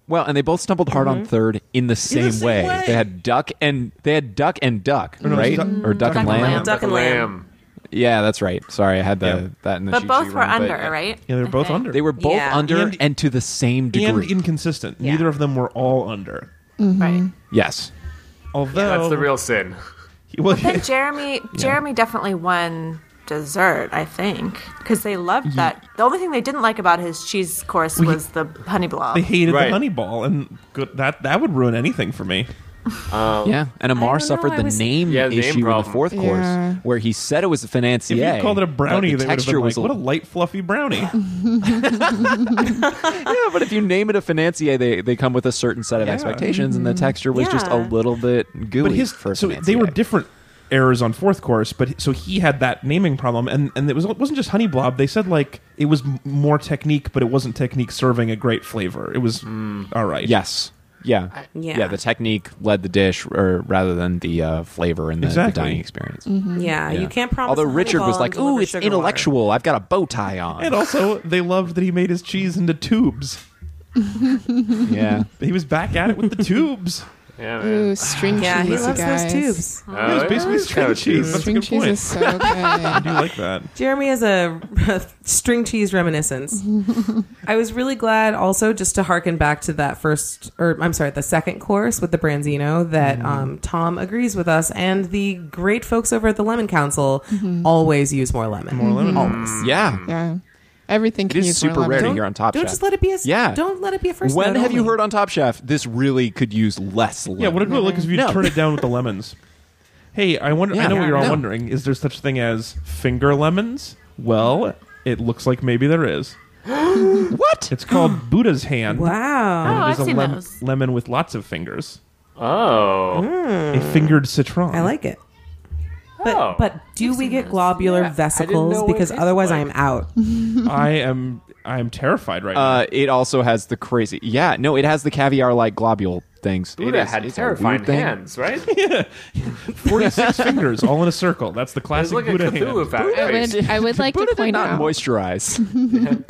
Speaker 4: Well, and they both stumbled hard on third in the same,
Speaker 1: same
Speaker 4: way.
Speaker 1: way.
Speaker 4: They had duck and they had duck and duck,
Speaker 2: no,
Speaker 4: right?
Speaker 2: it was duck-
Speaker 4: or duck, and lamb.
Speaker 1: lamb. Duck and lamb.
Speaker 4: Yeah, that's right. Sorry, I had the
Speaker 2: Yeah.
Speaker 4: that in the
Speaker 6: But
Speaker 4: cheat
Speaker 6: both
Speaker 4: sheet
Speaker 6: were
Speaker 4: wrong, but
Speaker 6: under,
Speaker 4: yeah.
Speaker 6: right?
Speaker 2: Yeah, they were
Speaker 6: I
Speaker 2: both
Speaker 6: think.
Speaker 2: under.
Speaker 4: They were both
Speaker 1: Yeah.
Speaker 4: under
Speaker 2: And-
Speaker 4: and, to the same
Speaker 2: and
Speaker 4: degree.
Speaker 2: inconsistent.
Speaker 1: Yeah.
Speaker 2: Neither of them were all under.
Speaker 1: Mm-hmm.
Speaker 6: Right.
Speaker 4: yes.
Speaker 2: Although
Speaker 3: That's the real sin.
Speaker 2: well,
Speaker 6: Then Jeremy, Jeremy definitely won dessert, I think, because they loved that. The only thing they didn't like about his cheese course was the honey blob.
Speaker 2: they hated
Speaker 3: Right.
Speaker 2: the honey ball, and good, that that would ruin anything for me. Oh.
Speaker 4: Yeah, and
Speaker 1: I
Speaker 4: Amar
Speaker 1: don't know,
Speaker 4: suffered
Speaker 1: I
Speaker 4: the
Speaker 1: was-
Speaker 4: name
Speaker 3: Yeah, the name
Speaker 4: issue in the
Speaker 3: problem.
Speaker 4: fourth
Speaker 5: Yeah.
Speaker 4: course, where he said it was a
Speaker 2: If
Speaker 4: financier.
Speaker 2: you called it a brownie, they
Speaker 4: but the
Speaker 2: would have
Speaker 4: texture
Speaker 2: been like,
Speaker 4: was
Speaker 2: "What a light, fluffy brownie."
Speaker 4: yeah, but if you name it a financier, they, they come with a certain set of
Speaker 2: Yeah.
Speaker 4: expectations, and the texture was just a
Speaker 1: Mm-hmm. Yeah.
Speaker 4: little bit gooey.
Speaker 2: but his
Speaker 4: for a
Speaker 2: so they
Speaker 4: financier.
Speaker 2: were different errors on fourth course but so he had that naming problem and and it was it wasn't just honey blob they said like it was m- more technique but it wasn't technique serving a great flavor it was all right
Speaker 4: Yes. Mm. Yeah.
Speaker 1: Yeah.
Speaker 4: The technique led the dish, or rather than the uh, flavor and the, the
Speaker 2: Exactly.
Speaker 4: dining experience.
Speaker 1: yeah,
Speaker 4: Yeah.
Speaker 1: you can't promise.
Speaker 4: Although
Speaker 1: honey
Speaker 4: Richard was
Speaker 1: ball
Speaker 4: like,
Speaker 1: and deliver
Speaker 4: "Ooh, it's
Speaker 1: sugar
Speaker 4: intellectual. I've got a bow tie on."
Speaker 2: and also they loved that he made his cheese into tubes
Speaker 4: yeah.
Speaker 2: he was back at it with the tubes
Speaker 3: Yeah, man.
Speaker 5: Ooh, string
Speaker 1: water." Yeah,
Speaker 5: cheese.
Speaker 1: he loves
Speaker 5: guys.
Speaker 1: those tubes.
Speaker 3: Oh,
Speaker 2: it was basically
Speaker 3: it's kind
Speaker 2: string
Speaker 3: of
Speaker 2: cheese that's a
Speaker 5: String
Speaker 2: good
Speaker 5: cheese
Speaker 2: point
Speaker 5: is so
Speaker 2: i
Speaker 5: good.
Speaker 2: do like that
Speaker 1: Jeremy is a string cheese reminiscence. I was really glad also just to harken back to that first, or I'm sorry, the second course with the Branzino that um, Tom agrees with us, and the great folks over at the Lemon Council always use more lemon. More lemon.
Speaker 4: Mm-hmm.
Speaker 1: Always.
Speaker 4: Oh,
Speaker 2: Mm.
Speaker 4: Yeah.
Speaker 5: yeah, everything
Speaker 4: It
Speaker 5: can
Speaker 4: is
Speaker 5: use more
Speaker 4: super rare
Speaker 5: lemon.
Speaker 4: to hear on Top
Speaker 1: Don't
Speaker 4: Chef.
Speaker 1: just let it be a
Speaker 4: Yeah.
Speaker 1: Don't let it be a first.
Speaker 4: when
Speaker 1: note
Speaker 4: have you
Speaker 1: only.
Speaker 4: heard on Top Chef this really could use less lemon?
Speaker 2: yeah what did it look like if you
Speaker 4: No.
Speaker 2: turn it down with the lemons hey i wonder
Speaker 4: Yeah.
Speaker 2: i know what
Speaker 4: Yeah,
Speaker 2: you're all
Speaker 4: no.
Speaker 2: wondering is there such thing as finger lemons well it looks like maybe there is
Speaker 4: what?
Speaker 2: It's called Buddha's Hand.
Speaker 1: Wow.
Speaker 6: Oh,
Speaker 2: And it is
Speaker 6: I've
Speaker 2: a
Speaker 6: seen
Speaker 2: lem-
Speaker 6: those.
Speaker 2: lemon with lots of fingers.
Speaker 3: Oh.
Speaker 2: A fingered citron.
Speaker 1: I like it. But
Speaker 3: Oh.
Speaker 1: but do we get globular vesicles?
Speaker 3: know what it
Speaker 1: Because
Speaker 3: tasted
Speaker 1: otherwise
Speaker 3: like.
Speaker 1: I'm out.
Speaker 2: I am I am terrified right
Speaker 4: Uh, it also has the crazy. Yeah, no, it has the caviar like globule things. It
Speaker 3: Buddha
Speaker 4: is-
Speaker 3: had
Speaker 4: it's a
Speaker 3: terrifying
Speaker 4: weird thing.
Speaker 3: hands, right?
Speaker 2: now. Forty six fingers all in a circle. That's the
Speaker 3: It's
Speaker 2: classic
Speaker 3: like a
Speaker 2: Buddha hand.
Speaker 3: Cthulhu fa-
Speaker 5: I
Speaker 3: face.
Speaker 5: would, I would like
Speaker 4: Buddha
Speaker 5: to
Speaker 4: did
Speaker 5: point
Speaker 4: not
Speaker 5: out
Speaker 4: moisturize.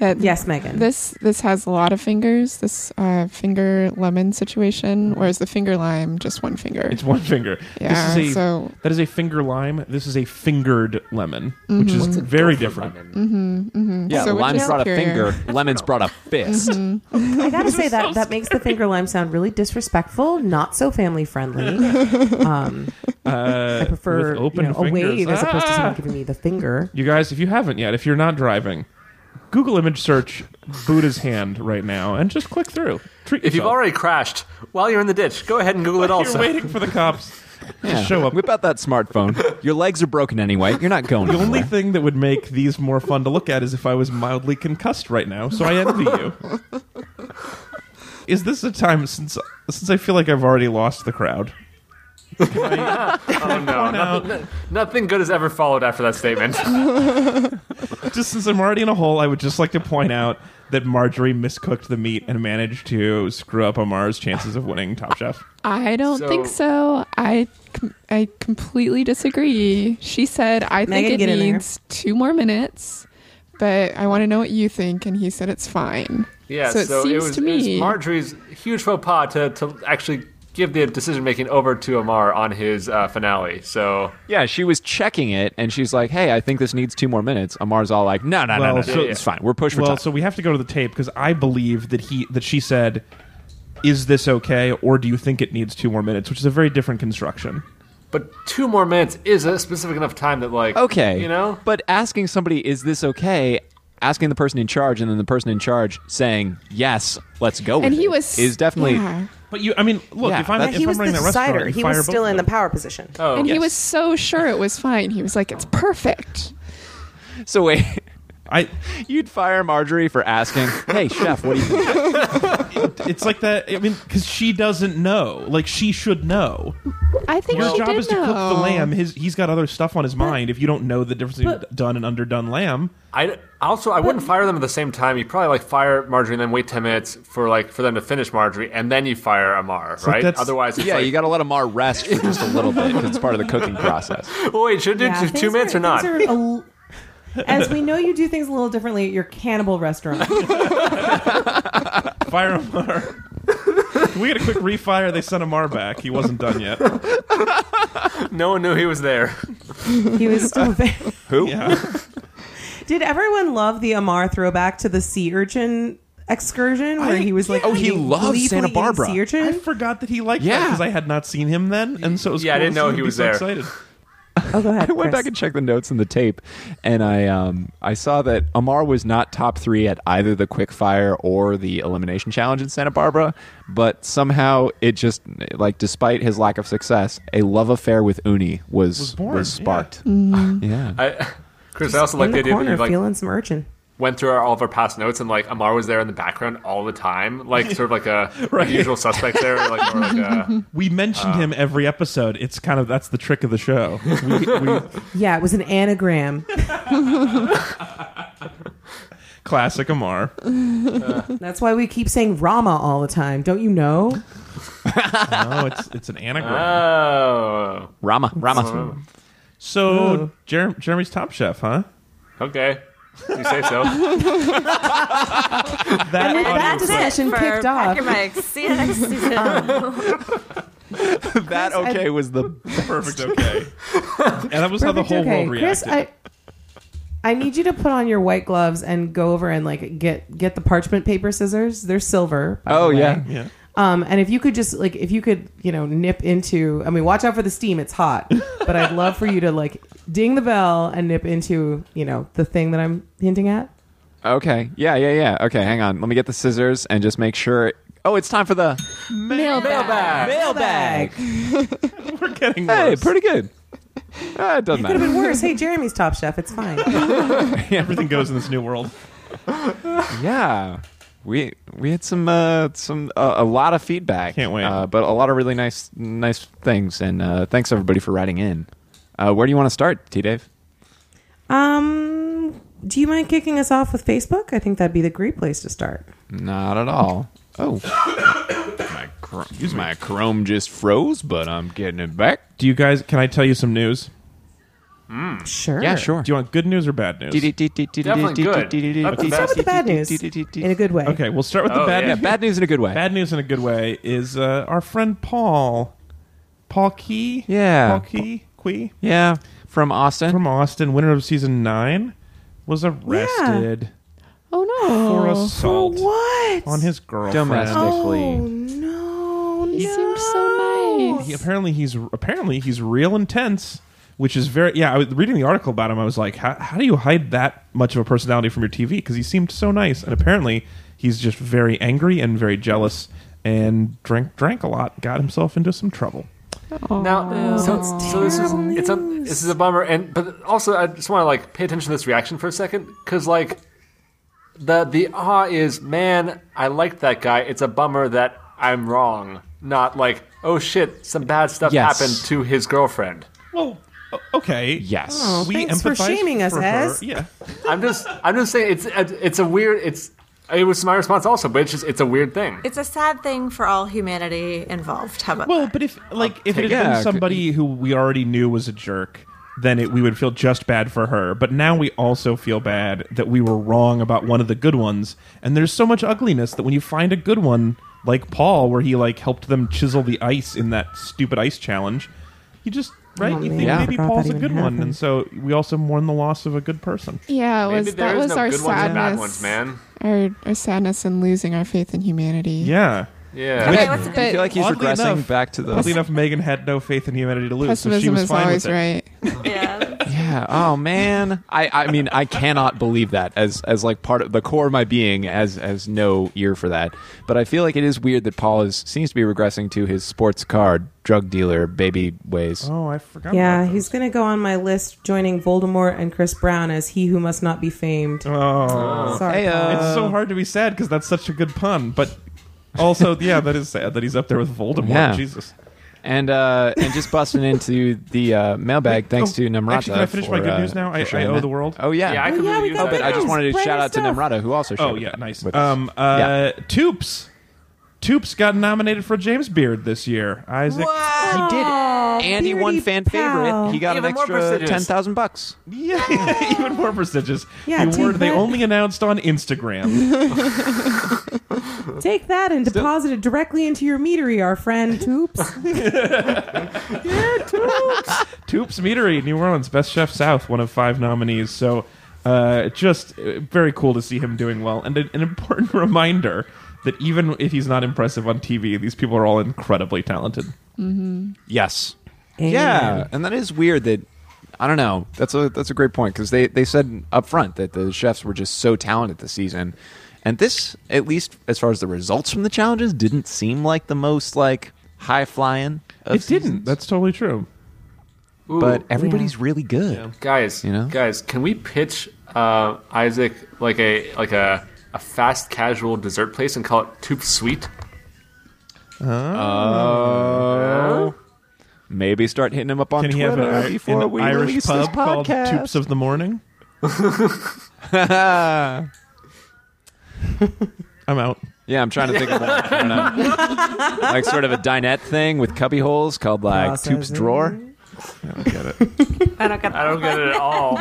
Speaker 5: that
Speaker 1: Yes, Megan.
Speaker 5: this this has a lot of fingers. This uh, finger lemon situation, whereas the finger lime just one finger.
Speaker 2: It's one finger.
Speaker 5: Yeah,
Speaker 2: this is a,
Speaker 5: so-
Speaker 2: that is a finger lime. This is a fingered lemon, which is very different.
Speaker 4: yeah,
Speaker 5: mm, So we're
Speaker 4: lime's
Speaker 5: just
Speaker 4: brought a
Speaker 5: superior.
Speaker 4: finger, lemon's brought a fist.
Speaker 1: I gotta say that that makes the finger lime sound really disrespectful, not so family friendly. Um,
Speaker 2: Uh,
Speaker 1: I prefer
Speaker 2: with
Speaker 1: you
Speaker 2: open
Speaker 1: know, a
Speaker 2: fingers.
Speaker 1: wave as opposed to
Speaker 2: Ah!
Speaker 1: someone giving me the finger.
Speaker 2: You guys, if you haven't yet, if you're not driving, Google image search Buddha's hand right now and just click through. Treat
Speaker 3: If you've
Speaker 2: yourself.
Speaker 3: already crashed while you're in the ditch, go ahead and Google it
Speaker 2: you're
Speaker 3: also.
Speaker 2: waiting for the cops
Speaker 4: Yeah.
Speaker 2: to show up.
Speaker 4: Whip out that smartphone. Your legs are broken anyway. You're not going.
Speaker 2: The only
Speaker 4: anywhere.
Speaker 2: thing that would make these more fun to look at is if I was mildly concussed right now. So I envy you. Is this a time since since I feel like I've already lost the crowd?
Speaker 3: Oh, no. Nothing, nothing good has ever followed after that statement.
Speaker 2: Just since I'm already in a hole, I would just like to point out that Marjorie miscooked the meat and managed to screw up Amar's chances of winning Top Chef.
Speaker 5: I don't
Speaker 3: So-
Speaker 5: think so. I com- I completely disagree. She said I
Speaker 1: Megan,
Speaker 5: think
Speaker 1: get
Speaker 5: it
Speaker 1: in there.
Speaker 5: needs two more minutes, but I want to know what you think. And he said it's fine.
Speaker 3: Yeah,
Speaker 5: so
Speaker 3: so,
Speaker 5: it seems
Speaker 3: was,
Speaker 5: to
Speaker 3: it was
Speaker 5: me
Speaker 3: Marjorie's huge faux pas to, to actually give the decision making over to Amar on his uh, finale. So
Speaker 4: Yeah, she was checking it, and she's like, "Hey, I think this needs two more minutes." Amar's all like, "No, no, no,
Speaker 2: Well,
Speaker 4: no,
Speaker 2: so-
Speaker 4: it's fine. We're pushed for
Speaker 2: well,
Speaker 4: time."
Speaker 2: so we have to go to the tape because I believe that he that she said, "Is this okay, or do you think it needs two more minutes?" Which is a very different construction.
Speaker 3: But two more minutes is a specific enough time that, like,
Speaker 4: okay,
Speaker 3: you know,
Speaker 4: But asking somebody, "Is this okay?" Asking the person in charge, and then the person in charge saying, "Yes, let's go." with
Speaker 5: and he
Speaker 4: it,"
Speaker 5: was
Speaker 4: is definitely.
Speaker 5: yeah.
Speaker 2: But you, I mean, look,
Speaker 4: Yeah.
Speaker 2: if I'm
Speaker 4: But
Speaker 2: if I'm running that restaurant, you fire both of them.
Speaker 1: power position.
Speaker 3: oh,
Speaker 5: and he
Speaker 3: yes.
Speaker 5: was so sure it was fine. He was like, "It's perfect."
Speaker 4: So wait.
Speaker 2: I,
Speaker 4: You'd fire Marjorie for asking, "Hey, chef, what do you think?"
Speaker 2: it's like that. I mean, because she doesn't know. Like she should know.
Speaker 5: I think
Speaker 2: Your
Speaker 5: she
Speaker 2: job
Speaker 5: did
Speaker 2: is to cook the
Speaker 5: know.
Speaker 2: lamb. His he's got other stuff on his mind. If you don't know the difference between
Speaker 1: but-
Speaker 2: done and underdone lamb,
Speaker 3: I also I wouldn't fire them at the same time. You probably like fire Marjorie and then wait ten minutes for like for them to finish Marjorie and then you fire Amar,
Speaker 2: like
Speaker 3: right?
Speaker 2: that's-
Speaker 3: Otherwise, it's
Speaker 4: Yeah,
Speaker 3: like,
Speaker 4: you got to let Amar rest for just a little bit 'cause it's part of the cooking process.
Speaker 3: well, wait, should it do
Speaker 1: Yeah,
Speaker 3: two,
Speaker 1: things
Speaker 3: two minutes
Speaker 1: are-
Speaker 3: or not?
Speaker 1: things are a l- As we know, you do things a little differently at your cannibal restaurant.
Speaker 2: fire Amar. we had a quick refire. They sent Amar back. He wasn't done yet.
Speaker 3: No one knew he was there.
Speaker 1: he was still there.
Speaker 4: Who?
Speaker 2: Yeah.
Speaker 1: Did everyone love the Amar throwback to the sea urchin excursion where
Speaker 2: I-
Speaker 1: he was like,
Speaker 4: Oh, he
Speaker 1: eating-
Speaker 4: loves
Speaker 1: gleefully
Speaker 4: Santa
Speaker 1: eating
Speaker 4: Barbara.
Speaker 1: Sea urchin?
Speaker 2: I forgot that he liked
Speaker 4: Yeah.
Speaker 2: because I had not seen him then, and so it was.
Speaker 3: Yeah, I
Speaker 2: cool
Speaker 3: didn't
Speaker 2: to see
Speaker 3: know
Speaker 2: him
Speaker 3: he
Speaker 2: be
Speaker 3: was
Speaker 2: so
Speaker 3: there.
Speaker 2: Excited.
Speaker 1: oh, go ahead.
Speaker 4: I went
Speaker 1: Chris.
Speaker 4: back and checked the notes in the tape, and I um, I saw that Amar was not top three at either the quick fire or the elimination challenge in Santa Barbara, but somehow it just like despite his lack of success, a love affair with Uni was was,
Speaker 2: born,
Speaker 4: sparked. Ah, yeah. Mm-hmm.
Speaker 3: I, Chris, I also like
Speaker 1: in
Speaker 3: the
Speaker 1: the
Speaker 3: idea that
Speaker 1: corner
Speaker 3: you like
Speaker 1: feeling some urchin.
Speaker 3: went through our, all of our past notes and like Amar was there in the background all the time, like sort of like a
Speaker 2: Right.
Speaker 3: usual suspect there, like, or like a,
Speaker 2: We
Speaker 3: Ah.
Speaker 2: mentioned him every episode. It's kind of that's the trick of the show. We, we,
Speaker 1: Yeah, it was an anagram.
Speaker 2: classic Amar.
Speaker 1: That's why we keep saying Rama all the time. Don't you know?
Speaker 2: No, it's it's an
Speaker 3: Ah.
Speaker 2: anagram.
Speaker 3: oh,
Speaker 4: Rama, Rama.
Speaker 2: so Jer- Jeremy's Top Chef, huh?
Speaker 3: okay, you say so.
Speaker 2: That
Speaker 1: with
Speaker 2: audio
Speaker 1: that
Speaker 2: clip.
Speaker 1: discussion
Speaker 6: for
Speaker 1: kicked off. Uh-huh.
Speaker 6: Pack your mics. See you next season.
Speaker 4: that okay was the
Speaker 2: perfect okay. and that was how the
Speaker 1: Perfect,
Speaker 2: whole
Speaker 1: okay.
Speaker 2: world
Speaker 1: Chris,
Speaker 2: reacted.
Speaker 1: I, I need you to put on your white gloves and go over and like get get the parchment paper scissors. They're silver. by
Speaker 4: Oh
Speaker 1: the way.
Speaker 4: yeah.
Speaker 2: yeah.
Speaker 1: Um, and if you could just like if you could you know nip into I mean watch out for the steam it's hot but I'd love for you to like ding the bell and nip into you know the thing that I'm hinting at
Speaker 4: Okay. Yeah, yeah, yeah. Okay, hang on. Let me get the scissors and just make sure Oh, it's time for the
Speaker 5: Mailbag.
Speaker 1: mailbag
Speaker 2: We're getting worse.
Speaker 4: Hey, pretty good. Uh, it doesn't
Speaker 1: could have
Speaker 4: matter.
Speaker 1: been worse hey Jeremy's Top Chef it's fine
Speaker 2: Everything goes in this new world.
Speaker 4: yeah we we had some uh some uh, a lot of feedback
Speaker 2: Can't wait.
Speaker 4: uh, but a lot of really nice nice things and uh thanks everybody for writing in uh where do you want to start t dave
Speaker 1: Um, do you mind kicking us off with Facebook? I think that'd be the great place to start.
Speaker 4: not at all oh my, chr- my chrome just froze but i'm getting it back
Speaker 2: Do you guys? Can I tell you some news?
Speaker 1: Sure.
Speaker 4: yeah sure
Speaker 2: Do you want good news or bad news?
Speaker 4: Definitely
Speaker 3: good. That's the
Speaker 1: Let's start with the bad news in a good way.
Speaker 2: Okay, we'll start with the
Speaker 3: Oh,
Speaker 2: bad
Speaker 3: yeah.
Speaker 2: news.
Speaker 4: Yeah, bad news in a good way.
Speaker 2: Bad news in a good way is uh, our friend Paul, Paul Key.
Speaker 4: Yeah.
Speaker 2: Paul Key, Key
Speaker 4: Yeah, from Austin.
Speaker 2: from Austin, winner of season nine, was arrested
Speaker 5: Oh
Speaker 2: for
Speaker 5: no!
Speaker 1: For
Speaker 2: assault
Speaker 1: what?
Speaker 2: on his girlfriend.
Speaker 4: Domestic.
Speaker 1: Oh
Speaker 4: Basically.
Speaker 1: no!
Speaker 5: He
Speaker 1: no.
Speaker 5: seemed so
Speaker 2: He,
Speaker 5: nice.
Speaker 2: apparently he's apparently he's real intense, which is very yeah. I was reading the article about him. I was like, how, how do you hide that much of a personality from your TV? Because he seemed so nice, and apparently he's just very angry and very jealous, and drank drank a lot, got himself into some trouble.
Speaker 3: Now, so,
Speaker 1: That's
Speaker 3: so this is
Speaker 1: Oh. terrible
Speaker 3: it's a
Speaker 1: news.
Speaker 3: this is a bummer, and but also I just want to like pay attention to this reaction for a second, because like the the ah is man, I liked that guy. It's a bummer that I'm wrong, not like oh shit, some bad stuff
Speaker 4: Yes.
Speaker 3: happened to his girlfriend.
Speaker 2: Well, o- okay.
Speaker 4: Yes.
Speaker 1: Oh, thanks for
Speaker 2: empathize
Speaker 1: shaming us,
Speaker 2: for her.
Speaker 1: Ez.
Speaker 2: Yeah.
Speaker 3: I'm just I'm just saying it's it's a weird it's it was my response also, but it's just it's a weird thing.
Speaker 6: It's a sad thing for all humanity involved. How about
Speaker 2: Well, but if like if it had
Speaker 4: Yeah,
Speaker 2: been somebody who we already knew was a jerk, then it, we would feel just bad for her. But now we also feel bad that we were wrong about one of the good ones. And there's so much ugliness that when you find a good one like Paul, where he like helped them chisel the ice in that stupid ice challenge, you just right
Speaker 1: Oh,
Speaker 2: you
Speaker 1: man,
Speaker 2: think
Speaker 4: I
Speaker 2: maybe
Speaker 1: forgot that
Speaker 2: Paul's a
Speaker 1: even
Speaker 2: good one,
Speaker 1: happened.
Speaker 2: and so we also mourn the loss of a good person.
Speaker 5: Yeah, it
Speaker 3: Maybe
Speaker 5: was
Speaker 3: there
Speaker 5: that
Speaker 3: is
Speaker 5: was
Speaker 3: no
Speaker 5: our
Speaker 3: good ones and
Speaker 5: sadness,
Speaker 3: bad ones, man.
Speaker 5: Our, our sadness in losing our faith in humanity.
Speaker 2: Yeah.
Speaker 3: Yeah.
Speaker 6: Okay, what's a good
Speaker 4: I feel like he's
Speaker 2: Oddly
Speaker 4: regressing
Speaker 2: enough-
Speaker 4: back to the.
Speaker 2: Oddly enough, Megan had no faith in humanity to lose, so she
Speaker 5: Pessimism
Speaker 2: was
Speaker 5: is
Speaker 2: fine
Speaker 5: always
Speaker 2: with it.
Speaker 5: right.
Speaker 6: yeah.
Speaker 4: Yeah. Oh man. I. I mean, I cannot believe that as as like part of the core of my being has has no ear for that. But I feel like it is weird that Paul is seems to be regressing to his sports car drug dealer baby ways.
Speaker 2: Oh, I forgot.
Speaker 1: Yeah,
Speaker 2: about
Speaker 1: he's gonna go on my list, joining Voldemort and Chris Brown as he who must not be famed.
Speaker 2: that. Oh.
Speaker 1: Sorry,
Speaker 4: Hey,
Speaker 1: Paul.
Speaker 4: uh,
Speaker 2: It's so hard to be sad because that's such a good pun, but also, yeah, that is sad that he's up there with Voldemort.
Speaker 4: Yeah.
Speaker 2: Jesus.
Speaker 4: And uh and just busting into the uh, mailbag thanks
Speaker 2: oh,
Speaker 4: to Namrata.
Speaker 2: actually, can I finish
Speaker 4: for,
Speaker 2: my good
Speaker 4: uh,
Speaker 2: news now? I-
Speaker 4: for
Speaker 2: I
Speaker 4: sharing
Speaker 2: owe
Speaker 4: that.
Speaker 2: the world.
Speaker 4: Oh yeah.
Speaker 3: Yeah, I could
Speaker 1: yeah, we
Speaker 3: really use
Speaker 1: got
Speaker 3: that.
Speaker 4: but I just
Speaker 1: news.
Speaker 4: wanted to
Speaker 1: Play
Speaker 4: shout
Speaker 1: your
Speaker 4: out to
Speaker 1: stuff.
Speaker 4: Namrata, who also shared
Speaker 2: Oh,
Speaker 4: it
Speaker 2: yeah, nice.
Speaker 4: with us.
Speaker 2: Um, uh,
Speaker 4: Yeah.
Speaker 2: Toops. Toops got nominated for James Beard this year. Isaac.
Speaker 6: What?
Speaker 4: He did.
Speaker 1: Aw,
Speaker 4: and he won
Speaker 1: Beardy
Speaker 4: fan
Speaker 1: pal.
Speaker 4: favorite. He got
Speaker 3: Even
Speaker 4: an
Speaker 3: more
Speaker 4: extra
Speaker 3: prestigious.
Speaker 4: ten thousand bucks.
Speaker 2: Yeah, even more prestigious.
Speaker 1: Yeah,
Speaker 2: the award
Speaker 1: Toop,
Speaker 2: they
Speaker 1: what?
Speaker 2: only announced on Instagram.
Speaker 1: Take that and deposit it directly into your meatery, our friend Toops.
Speaker 2: Toops Meadery, New Orleans, Best Chef South, one of five nominees. So uh, just uh, very cool to see him doing well. And an, an important reminder that even if he's not impressive on TV, these people are all incredibly talented.
Speaker 4: Yes.
Speaker 1: Amen.
Speaker 4: Yeah, and that is weird that I don't know. That's a that's a great point because they they said up front that the chefs were just so talented this season, and this at least as far as the results from the challenges didn't seem like the most like high flying.
Speaker 2: it didn't. That's totally true.
Speaker 3: Ooh.
Speaker 4: but everybody's really good.
Speaker 3: guys
Speaker 4: You know?
Speaker 3: guys can we pitch uh, isaac like a like a, a fast casual dessert place and call it toop sweet
Speaker 4: Maybe start hitting him up on
Speaker 2: Can he have
Speaker 4: Twitter
Speaker 2: a,
Speaker 4: before
Speaker 2: an
Speaker 4: we
Speaker 2: Irish
Speaker 4: release
Speaker 2: pub
Speaker 4: this
Speaker 2: called
Speaker 4: podcast. Uh,
Speaker 2: Toops of the Morning? I'm out.
Speaker 4: Yeah, I'm trying to think of one. I don't know. like sort of a dinette thing with cubby holes called like Toop's
Speaker 1: Processing.
Speaker 4: drawer.
Speaker 2: I don't get it.
Speaker 6: I don't get
Speaker 3: i don't get it at all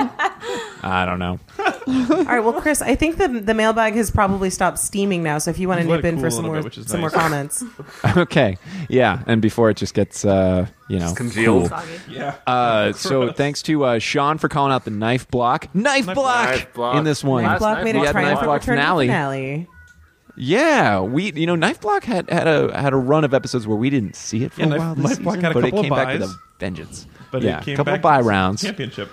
Speaker 4: I don't know.
Speaker 1: All right, well, Chris, I think the the mailbag has probably stopped steaming now. So if you want to
Speaker 2: Let
Speaker 1: nip
Speaker 2: it
Speaker 1: in for
Speaker 2: cool a
Speaker 1: some
Speaker 2: little
Speaker 1: more
Speaker 2: bit, which is
Speaker 1: some more
Speaker 2: nice.
Speaker 1: comments,
Speaker 4: Okay. Yeah, and before it just gets uh, you know, cool.
Speaker 3: congealed
Speaker 6: soggy.
Speaker 2: yeah.
Speaker 4: Uh, so thanks to uh, Sean for calling out the knife block. Knife, block,
Speaker 3: Knife block.
Speaker 4: in this one.
Speaker 1: Knife
Speaker 3: Last
Speaker 1: Block
Speaker 3: night
Speaker 1: made a
Speaker 3: we had
Speaker 1: triumphant
Speaker 4: Knife Block
Speaker 1: return to the
Speaker 4: finale.
Speaker 1: finale.
Speaker 4: Yeah, we you know knife block had had a had a run of episodes where we didn't see it for
Speaker 2: Yeah,
Speaker 4: a
Speaker 2: Knife-
Speaker 4: while. This
Speaker 2: Knife Block
Speaker 4: season,
Speaker 2: had a
Speaker 4: but
Speaker 2: couple
Speaker 4: it
Speaker 2: of
Speaker 4: came back with
Speaker 2: buys.
Speaker 4: a vengeance.
Speaker 2: But
Speaker 4: yeah,
Speaker 2: it came
Speaker 4: couple
Speaker 2: back
Speaker 4: buy
Speaker 2: to
Speaker 4: rounds.
Speaker 2: Championship.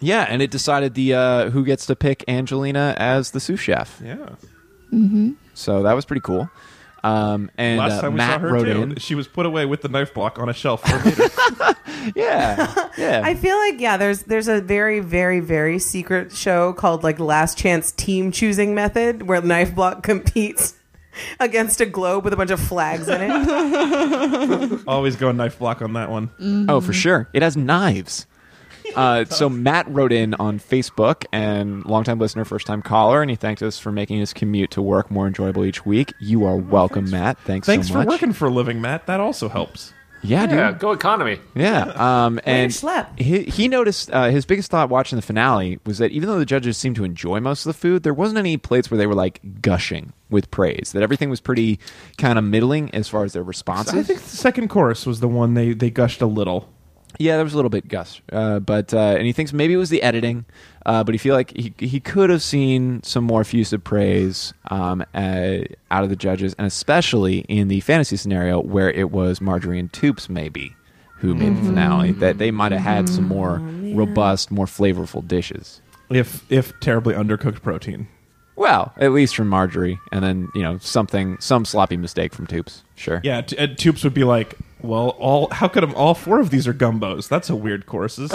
Speaker 4: Yeah, and it decided the uh, who gets to pick Angelina as the sous chef.
Speaker 2: Yeah.
Speaker 4: So that was pretty cool. Um, and
Speaker 2: Last
Speaker 4: uh,
Speaker 2: time we
Speaker 4: Matt
Speaker 2: saw her,
Speaker 4: wrote
Speaker 2: too,
Speaker 4: in.
Speaker 2: she was put away with the knife block on a shelf for later.
Speaker 4: Yeah, yeah.
Speaker 1: I feel like yeah, there's there's a very very very secret show called like Last Chance Team Choosing Method where Knife Block competes against a globe with a bunch of flags in it.
Speaker 2: Always go knife block on that one.
Speaker 4: Oh, for sure. It has knives. Uh, so Matt wrote in on Facebook and longtime listener, first time caller, and he thanked us for making his commute to work more enjoyable each week. You are welcome, Matt. Thanks,
Speaker 2: Oh, Thanks
Speaker 4: so
Speaker 2: for
Speaker 4: much.
Speaker 2: working for a living, Matt. That also helps.
Speaker 4: Yeah, dude.
Speaker 3: Yeah, go economy.
Speaker 4: Yeah. Um, and
Speaker 1: schlep.
Speaker 4: he, he noticed uh, his biggest thought watching the finale was that even though the judges seemed to enjoy most of the food, there wasn't any plates where they were like gushing with praise. That everything was pretty kind of middling as far as their responses.
Speaker 2: I think the second chorus was the one they, they gushed a little.
Speaker 4: Yeah, there was a little bit gush, uh, but uh, and he thinks maybe it was the editing, uh, but he feel like he he could have seen some more effusive praise um, uh, out of the judges, and especially in the fantasy scenario where it was Marjorie and Toops maybe who made the finale that they might have had some more robust, more flavorful dishes.
Speaker 2: If if terribly undercooked protein.
Speaker 4: Well, at least from Marjorie, and then you know something, some sloppy mistake from Toops, sure.
Speaker 2: Yeah, t- Ed Toops would be like, well, all how could 'em- all four of these are gumbos? That's a weird courses.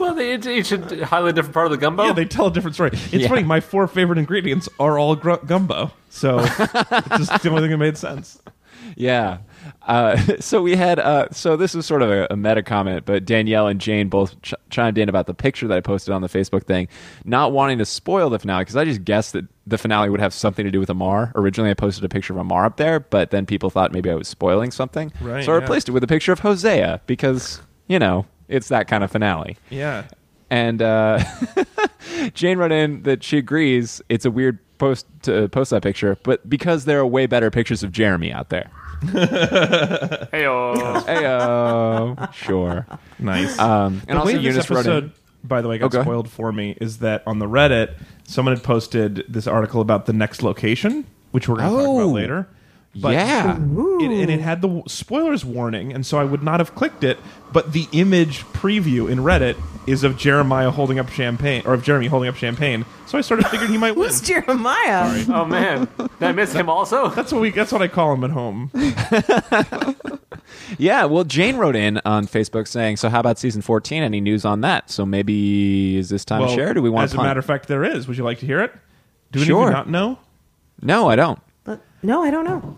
Speaker 3: Well, they each, each a highly different part of the gumbo.
Speaker 2: yeah, Oh, they tell a different story. It's
Speaker 4: Yeah.
Speaker 2: funny. My four favorite ingredients are all gr- gumbo, so it's just the only thing that made sense.
Speaker 4: Yeah. Uh, so we had, uh, so this was sort of a, a meta comment, but Danielle and Jane both ch- chimed in about the picture that I posted on the Facebook thing, not wanting to spoil the finale, because I just guessed that the finale would have something to do with Amar. Originally, I posted a picture of Amar up there, but then people thought maybe I was spoiling something.
Speaker 2: Right,
Speaker 4: so I
Speaker 2: yeah.
Speaker 4: replaced it with a picture of Hosea, because, you know, it's that kind of finale.
Speaker 2: Yeah,
Speaker 4: And uh, Jane wrote in that she agrees it's a weird post to post that picture, but because there are way better pictures of Jeremy out there.
Speaker 3: Heyo.
Speaker 4: Ayo. sure.
Speaker 2: nice.
Speaker 4: Um, and
Speaker 2: Uh, the
Speaker 4: also,
Speaker 2: way this
Speaker 4: Eunice wrote
Speaker 2: episode,
Speaker 4: in.
Speaker 2: by the way, got
Speaker 4: Oh, go ahead.
Speaker 2: spoiled for me is that on the Reddit, someone had posted this article about the next location, which we're going to talk
Speaker 4: Oh.
Speaker 2: about later. But
Speaker 4: Yeah.
Speaker 2: it, and it had the w- spoilers warning, and so I would not have clicked it. But the image preview in Reddit is of Jeremiah holding up champagne, or of Jeremy holding up champagne. So I sort of figured he might win.
Speaker 1: Who's Jeremiah?
Speaker 3: Oh man, did I miss him also?
Speaker 2: That's what we. That's what I call him at home.
Speaker 4: Yeah, well, Jane wrote in on Facebook saying, "So how about season 14? Any news on that? So maybe is this time to share? or Do we want
Speaker 2: As
Speaker 4: to
Speaker 2: a
Speaker 4: punt?
Speaker 2: matter of fact, there is. Would you like to hear it? Do any of
Speaker 4: Sure.
Speaker 2: you not know?
Speaker 4: no, I don't.
Speaker 1: But- no, I don't know.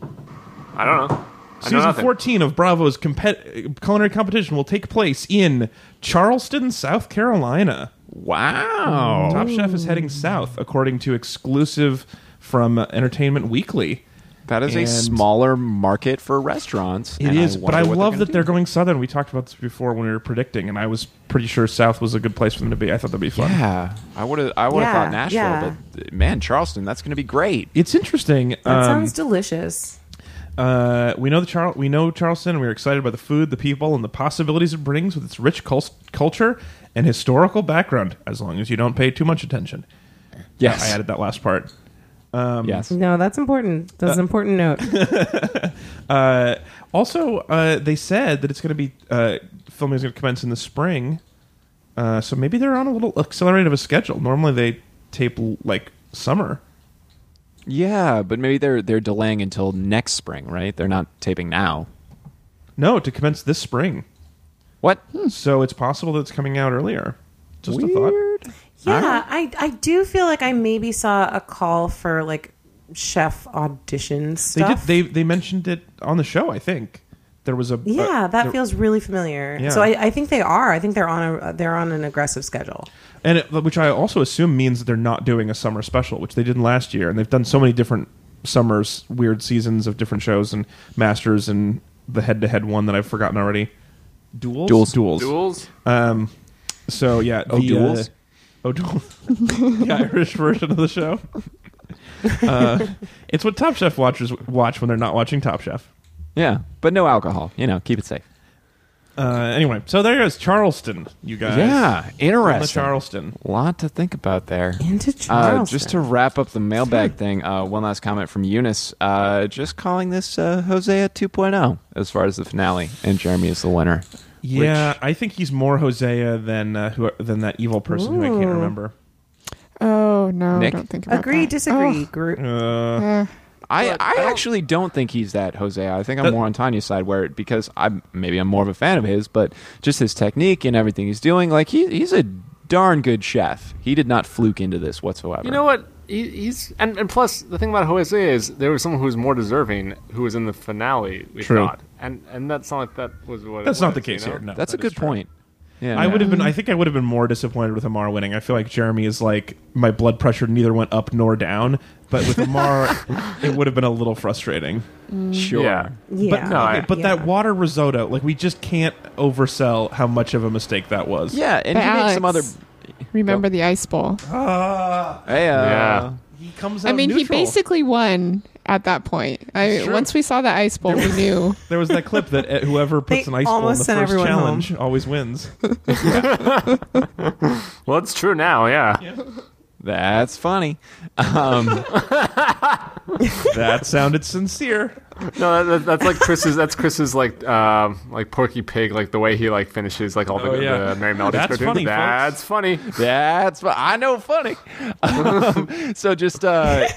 Speaker 3: I don't know. I know
Speaker 2: Season
Speaker 3: nothing.
Speaker 2: 14 of Bravo's compet- culinary competition will take place in Charleston, South Carolina.
Speaker 4: Wow.
Speaker 2: Top Chef is heading south, according to exclusive from Entertainment Weekly.
Speaker 4: That is a
Speaker 2: And-
Speaker 4: smaller market for restaurants.
Speaker 2: Hmm. It
Speaker 4: and
Speaker 2: is, but I
Speaker 4: wonder what
Speaker 2: love that
Speaker 4: gonna
Speaker 2: they're
Speaker 4: do.
Speaker 2: going southern. We talked about this before when we were predicting, and I was pretty sure south was a good place for them to be. I thought that'd be fun.
Speaker 4: Yeah, I would have. I would
Speaker 1: Yeah,
Speaker 4: have thought Nashville,
Speaker 1: yeah.
Speaker 4: but uh, man, Charleston, that's going to be great.
Speaker 2: It's interesting.
Speaker 1: That
Speaker 2: um,
Speaker 1: sounds delicious.
Speaker 2: Uh, we know the Charl- we know Charleston. We're excited by the food, the people, and the possibilities it brings with its rich cul- culture and historical background. As long as you don't pay too much attention.
Speaker 4: Yes.
Speaker 2: I added that last part.
Speaker 4: yes.
Speaker 1: No, that's important. That's an important note.
Speaker 2: Uh, also, uh, they said that it's going to be uh, filming is going to commence in the spring. Uh, so maybe they're on a little accelerated of a schedule. Normally they tape l- like summer.
Speaker 4: Yeah, but maybe they're they're delaying until next spring, right? They're not taping now.
Speaker 2: No, to commence this spring.
Speaker 4: What?
Speaker 2: So it's possible that it's coming out earlier. Just a thought.
Speaker 4: Weird.
Speaker 1: Yeah, I, I do feel like I maybe saw a call for like chef audition
Speaker 2: They did.
Speaker 1: stuff.
Speaker 2: They uh, they mentioned it on the show. I think there was a
Speaker 1: yeah,
Speaker 2: uh,
Speaker 1: that
Speaker 2: there-
Speaker 1: feels really familiar.
Speaker 2: Yeah.
Speaker 1: So I, I think they are. I think they're on a they're on an aggressive schedule.
Speaker 2: and it, which I also assume means that they're not doing a summer special, which they didn't last year, and they've done so many different summers, weird seasons of different shows and masters and the head-to-head one that I've forgotten already. Duels,
Speaker 4: Duels.
Speaker 2: duels.
Speaker 3: Duels.
Speaker 2: Um, so yeah,
Speaker 4: Oh,
Speaker 2: the,
Speaker 4: duels?
Speaker 2: Uh, oh, duels. the Irish version of the show. Uh, it's what Top Chef watchers watch when they're not watching Top Chef.
Speaker 4: Yeah, but no alcohol. You know, keep it safe.
Speaker 2: Uh, anyway, so there is Charleston, you guys.
Speaker 4: Yeah,
Speaker 2: From the
Speaker 4: interesting.
Speaker 2: Charleston.
Speaker 4: lot to think about there.
Speaker 1: Into
Speaker 4: Uh,
Speaker 1: Charleston.
Speaker 4: just to wrap up the mailbag thing, uh, one last comment from Eunice. Uh, just calling this uh, Hosea 2.0 as far as the finale, and Jeremy is the winner.
Speaker 2: Yeah,
Speaker 4: Which-
Speaker 2: I think he's more Hosea than uh, who, than that evil person who I can't remember.
Speaker 5: Oh no,
Speaker 4: Nick?
Speaker 5: don't think about
Speaker 1: agree
Speaker 5: that.
Speaker 2: Oh.
Speaker 1: disagree group.
Speaker 5: Oh, uh,
Speaker 2: Uh,
Speaker 4: I,
Speaker 3: But
Speaker 4: I
Speaker 3: I don't-
Speaker 4: actually don't think he's that Jose. I think I'm
Speaker 2: That-
Speaker 4: more on Tanya's side where because I'm maybe I'm more of a fan of his, but just his technique and everything he's doing, like he he's a darn good chef. He did not fluke into this whatsoever.
Speaker 3: You know what? He, he's and, and plus the thing about Jose is there was someone who was more deserving who was in the finale. We
Speaker 2: True.
Speaker 3: thought, and and that's not like that was what. it
Speaker 2: That's not
Speaker 3: was,
Speaker 2: the case
Speaker 3: you know?
Speaker 2: here. No,
Speaker 4: That's a
Speaker 2: that is
Speaker 4: good
Speaker 2: true.
Speaker 4: point. Yeah,
Speaker 2: I
Speaker 4: yeah.
Speaker 2: would have been. I think I would have been more disappointed with Amar winning. I feel like Jeremy is like my blood pressure neither went up nor down, but with Amar, it would have been a little frustrating.
Speaker 4: sure.
Speaker 3: Yeah.
Speaker 1: Yeah.
Speaker 2: But
Speaker 3: No, I-
Speaker 2: okay, but
Speaker 1: Yeah.
Speaker 2: that water risotto, like we just can't oversell how much of a mistake that was.
Speaker 4: Yeah, and
Speaker 5: But
Speaker 4: he made some other. Oh,
Speaker 5: Alex- Remember the ice bowl.
Speaker 2: Ah,
Speaker 4: Hey, uh,
Speaker 3: Yeah.
Speaker 2: he comes. Out
Speaker 5: I mean, he
Speaker 2: neutral.
Speaker 5: basically won at that point.
Speaker 2: It's
Speaker 5: I
Speaker 2: true.
Speaker 5: once we saw the ice bowl, we knew.
Speaker 2: There was that clip that uh, whoever puts
Speaker 1: They
Speaker 2: an ice ball in
Speaker 1: almost
Speaker 2: the
Speaker 1: sent
Speaker 2: first
Speaker 1: everyone
Speaker 2: challenge always wins.
Speaker 3: Well, it's true now. Yeah.
Speaker 4: That's funny.
Speaker 2: that sounded sincere.
Speaker 3: No, that, that's like Chris's. That's Chris's like um like Porky Pig. Like the way he like finishes like all the,
Speaker 2: Oh, yeah.
Speaker 3: the Mary Melodies.
Speaker 2: That's
Speaker 3: cartoons.
Speaker 2: funny, folks.
Speaker 3: That's funny.
Speaker 4: That's fu- I know funny. Um, so just uh,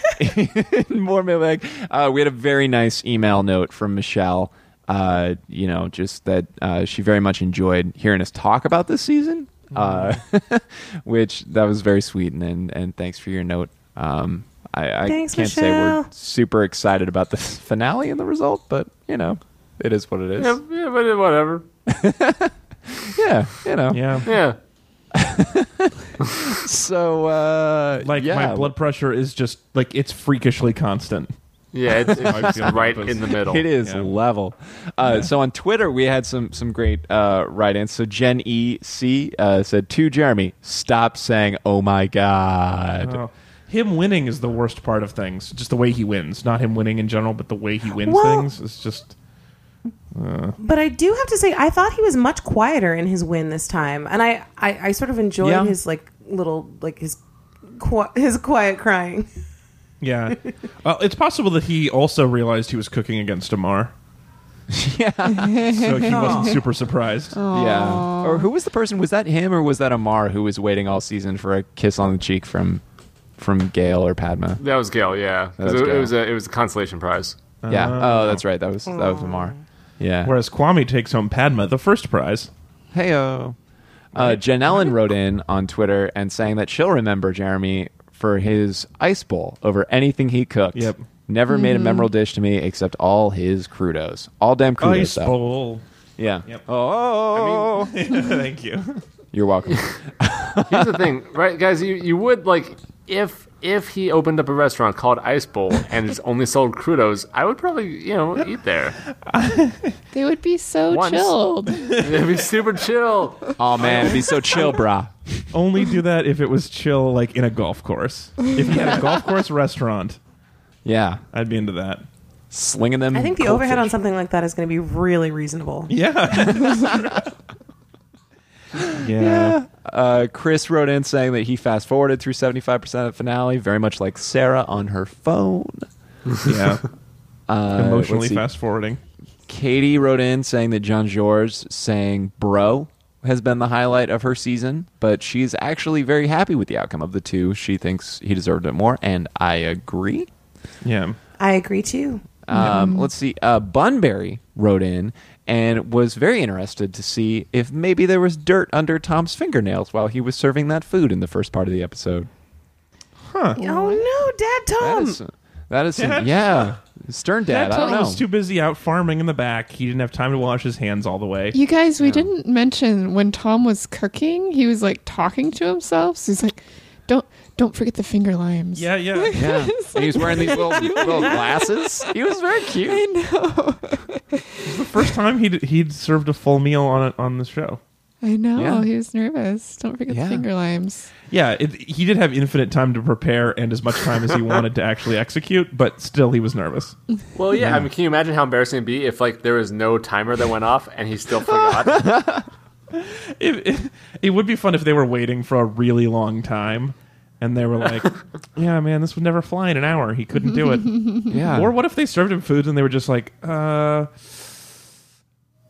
Speaker 4: more mailbag. Uh, we had a very nice email note from Michelle. Uh, you know, just that uh, she very much enjoyed hearing us talk about this season, uh, which that was very sweet. And and, and thanks for your note. Um, I, I
Speaker 1: Thanks,
Speaker 4: can't say we're
Speaker 1: Michelle.
Speaker 4: super excited about the finale and the result, but you know, it is what it is.
Speaker 3: Yeah, yeah, but it- whatever.
Speaker 4: Yeah, you know.
Speaker 2: Yeah.
Speaker 3: Yeah.
Speaker 4: So uh,
Speaker 2: Like
Speaker 4: yeah.
Speaker 2: my blood pressure is just like it's freakishly constant.
Speaker 3: Yeah, it's, it's
Speaker 2: I
Speaker 3: just
Speaker 2: feel
Speaker 3: right
Speaker 2: that
Speaker 3: in the
Speaker 2: was-
Speaker 3: middle.
Speaker 4: It is
Speaker 2: Yeah.
Speaker 4: level. Uh, So on Twitter, we had some some great uh, write-ins. So Jen E C uh, said to Jeremy, "Stop saying, oh my god."
Speaker 2: Oh. Him winning is the worst part of things. Just the way he wins, not him winning in general, but the way he wins
Speaker 1: Well-
Speaker 2: things is just.
Speaker 1: But I do have to say, I thought he was much quieter in his win this time, and I I, I sort of enjoyed
Speaker 4: Yeah.
Speaker 1: his like little like his qui- his quiet
Speaker 2: Mm,
Speaker 1: crying.
Speaker 2: Yeah, well, it's possible that he also realized he was cooking against Amar,
Speaker 4: yeah,
Speaker 2: so he wasn't super surprised.
Speaker 4: yeah. Oh. Or who was the person? Was that him or was that Amar who was waiting all season for a kiss on the cheek from from Gail or Padma?
Speaker 3: That was Gail. Yeah, 'Cause
Speaker 4: That was
Speaker 3: it,
Speaker 4: Gail.
Speaker 3: it was a it was a consolation prize.
Speaker 2: Uh,
Speaker 4: yeah. Oh, that's right. That was that was Amar. Yeah.
Speaker 2: Whereas Kwame takes home Padma, the first prize.
Speaker 4: Hey, uh, Jen Ellen wrote in on Twitter and saying that she'll remember Jeremy for his ice bowl over anything he cooked.
Speaker 2: Yep.
Speaker 4: Never made
Speaker 1: Mm-hmm.
Speaker 4: a memorable dish to me except all his crudos. All damn crudos.
Speaker 2: Ice
Speaker 4: though.
Speaker 2: bowl.
Speaker 4: Yeah.
Speaker 2: Yep.
Speaker 4: Oh,
Speaker 2: Thank you.
Speaker 4: you're welcome.
Speaker 3: Here's the thing, right, guys? You you would like if if he opened up a restaurant called Ice Bowl and just only sold crudos, I would probably you know eat there.
Speaker 5: They would be so
Speaker 3: Once.
Speaker 5: chilled.
Speaker 3: It'd be super chill.
Speaker 4: oh man, it'd be so chill, brah.
Speaker 2: Only do that if it was chill, like in a golf course. If he had a golf course restaurant,
Speaker 4: Yeah,
Speaker 2: I'd be into that.
Speaker 4: slinging them.
Speaker 1: I think the
Speaker 4: cold
Speaker 1: overhead on
Speaker 4: fish.
Speaker 1: something like that is going to be really reasonable.
Speaker 2: Yeah. yeah.
Speaker 4: Uh, Chris wrote in saying that he fast forwarded through 75% of the finale, very much like Sarah on her phone.
Speaker 2: Yeah.
Speaker 4: Uh,
Speaker 2: Emotionally
Speaker 4: let's see.
Speaker 2: fast forwarding.
Speaker 4: Katie wrote in saying that John George saying bro has been the highlight of her season, but she's actually very happy with the outcome of the two. She thinks he deserved it more, and I agree.
Speaker 2: Yeah.
Speaker 1: I agree too.
Speaker 4: Um, Let's see. Uh, Bunbury wrote in and was very interested to see if maybe there was dirt under Tom's fingernails while he was serving that food in the first part of the episode.
Speaker 1: Oh no, Dad
Speaker 4: That
Speaker 1: Tom.
Speaker 4: is, that is some-
Speaker 2: Dad.
Speaker 4: yeah, stern dad.
Speaker 2: Um, That
Speaker 4: I don't
Speaker 2: Tom
Speaker 4: know.
Speaker 2: was too busy out farming in the back. He didn't have time to wash his hands all the way.
Speaker 5: You guys, we didn't mention when Tom was cooking, he was like talking to himself. So he's like, "Don't, don't forget the finger limes."
Speaker 2: Yeah, yeah.
Speaker 4: yeah, and he was wearing these little, little glasses. He was very cute.
Speaker 5: I know.
Speaker 2: the first time he'd he'd served a full meal on a, on the show.
Speaker 5: I know.
Speaker 4: Yeah.
Speaker 5: He was nervous. Don't forget
Speaker 4: Yeah.
Speaker 5: the finger limes.
Speaker 2: Yeah, it, he did have infinite time to prepare and as much time as he wanted to actually execute, but still he was nervous.
Speaker 3: Well, yeah. I mean, can you imagine how embarrassing it'd be if like there was no timer that went off and he still forgot?
Speaker 2: It, it, it would be fun if they were waiting for a really long time and they were like, "Yeah, man, this would never fly in an hour. He couldn't do it."
Speaker 4: Yeah.
Speaker 2: Or what if they served him food and they were just like, "Uh,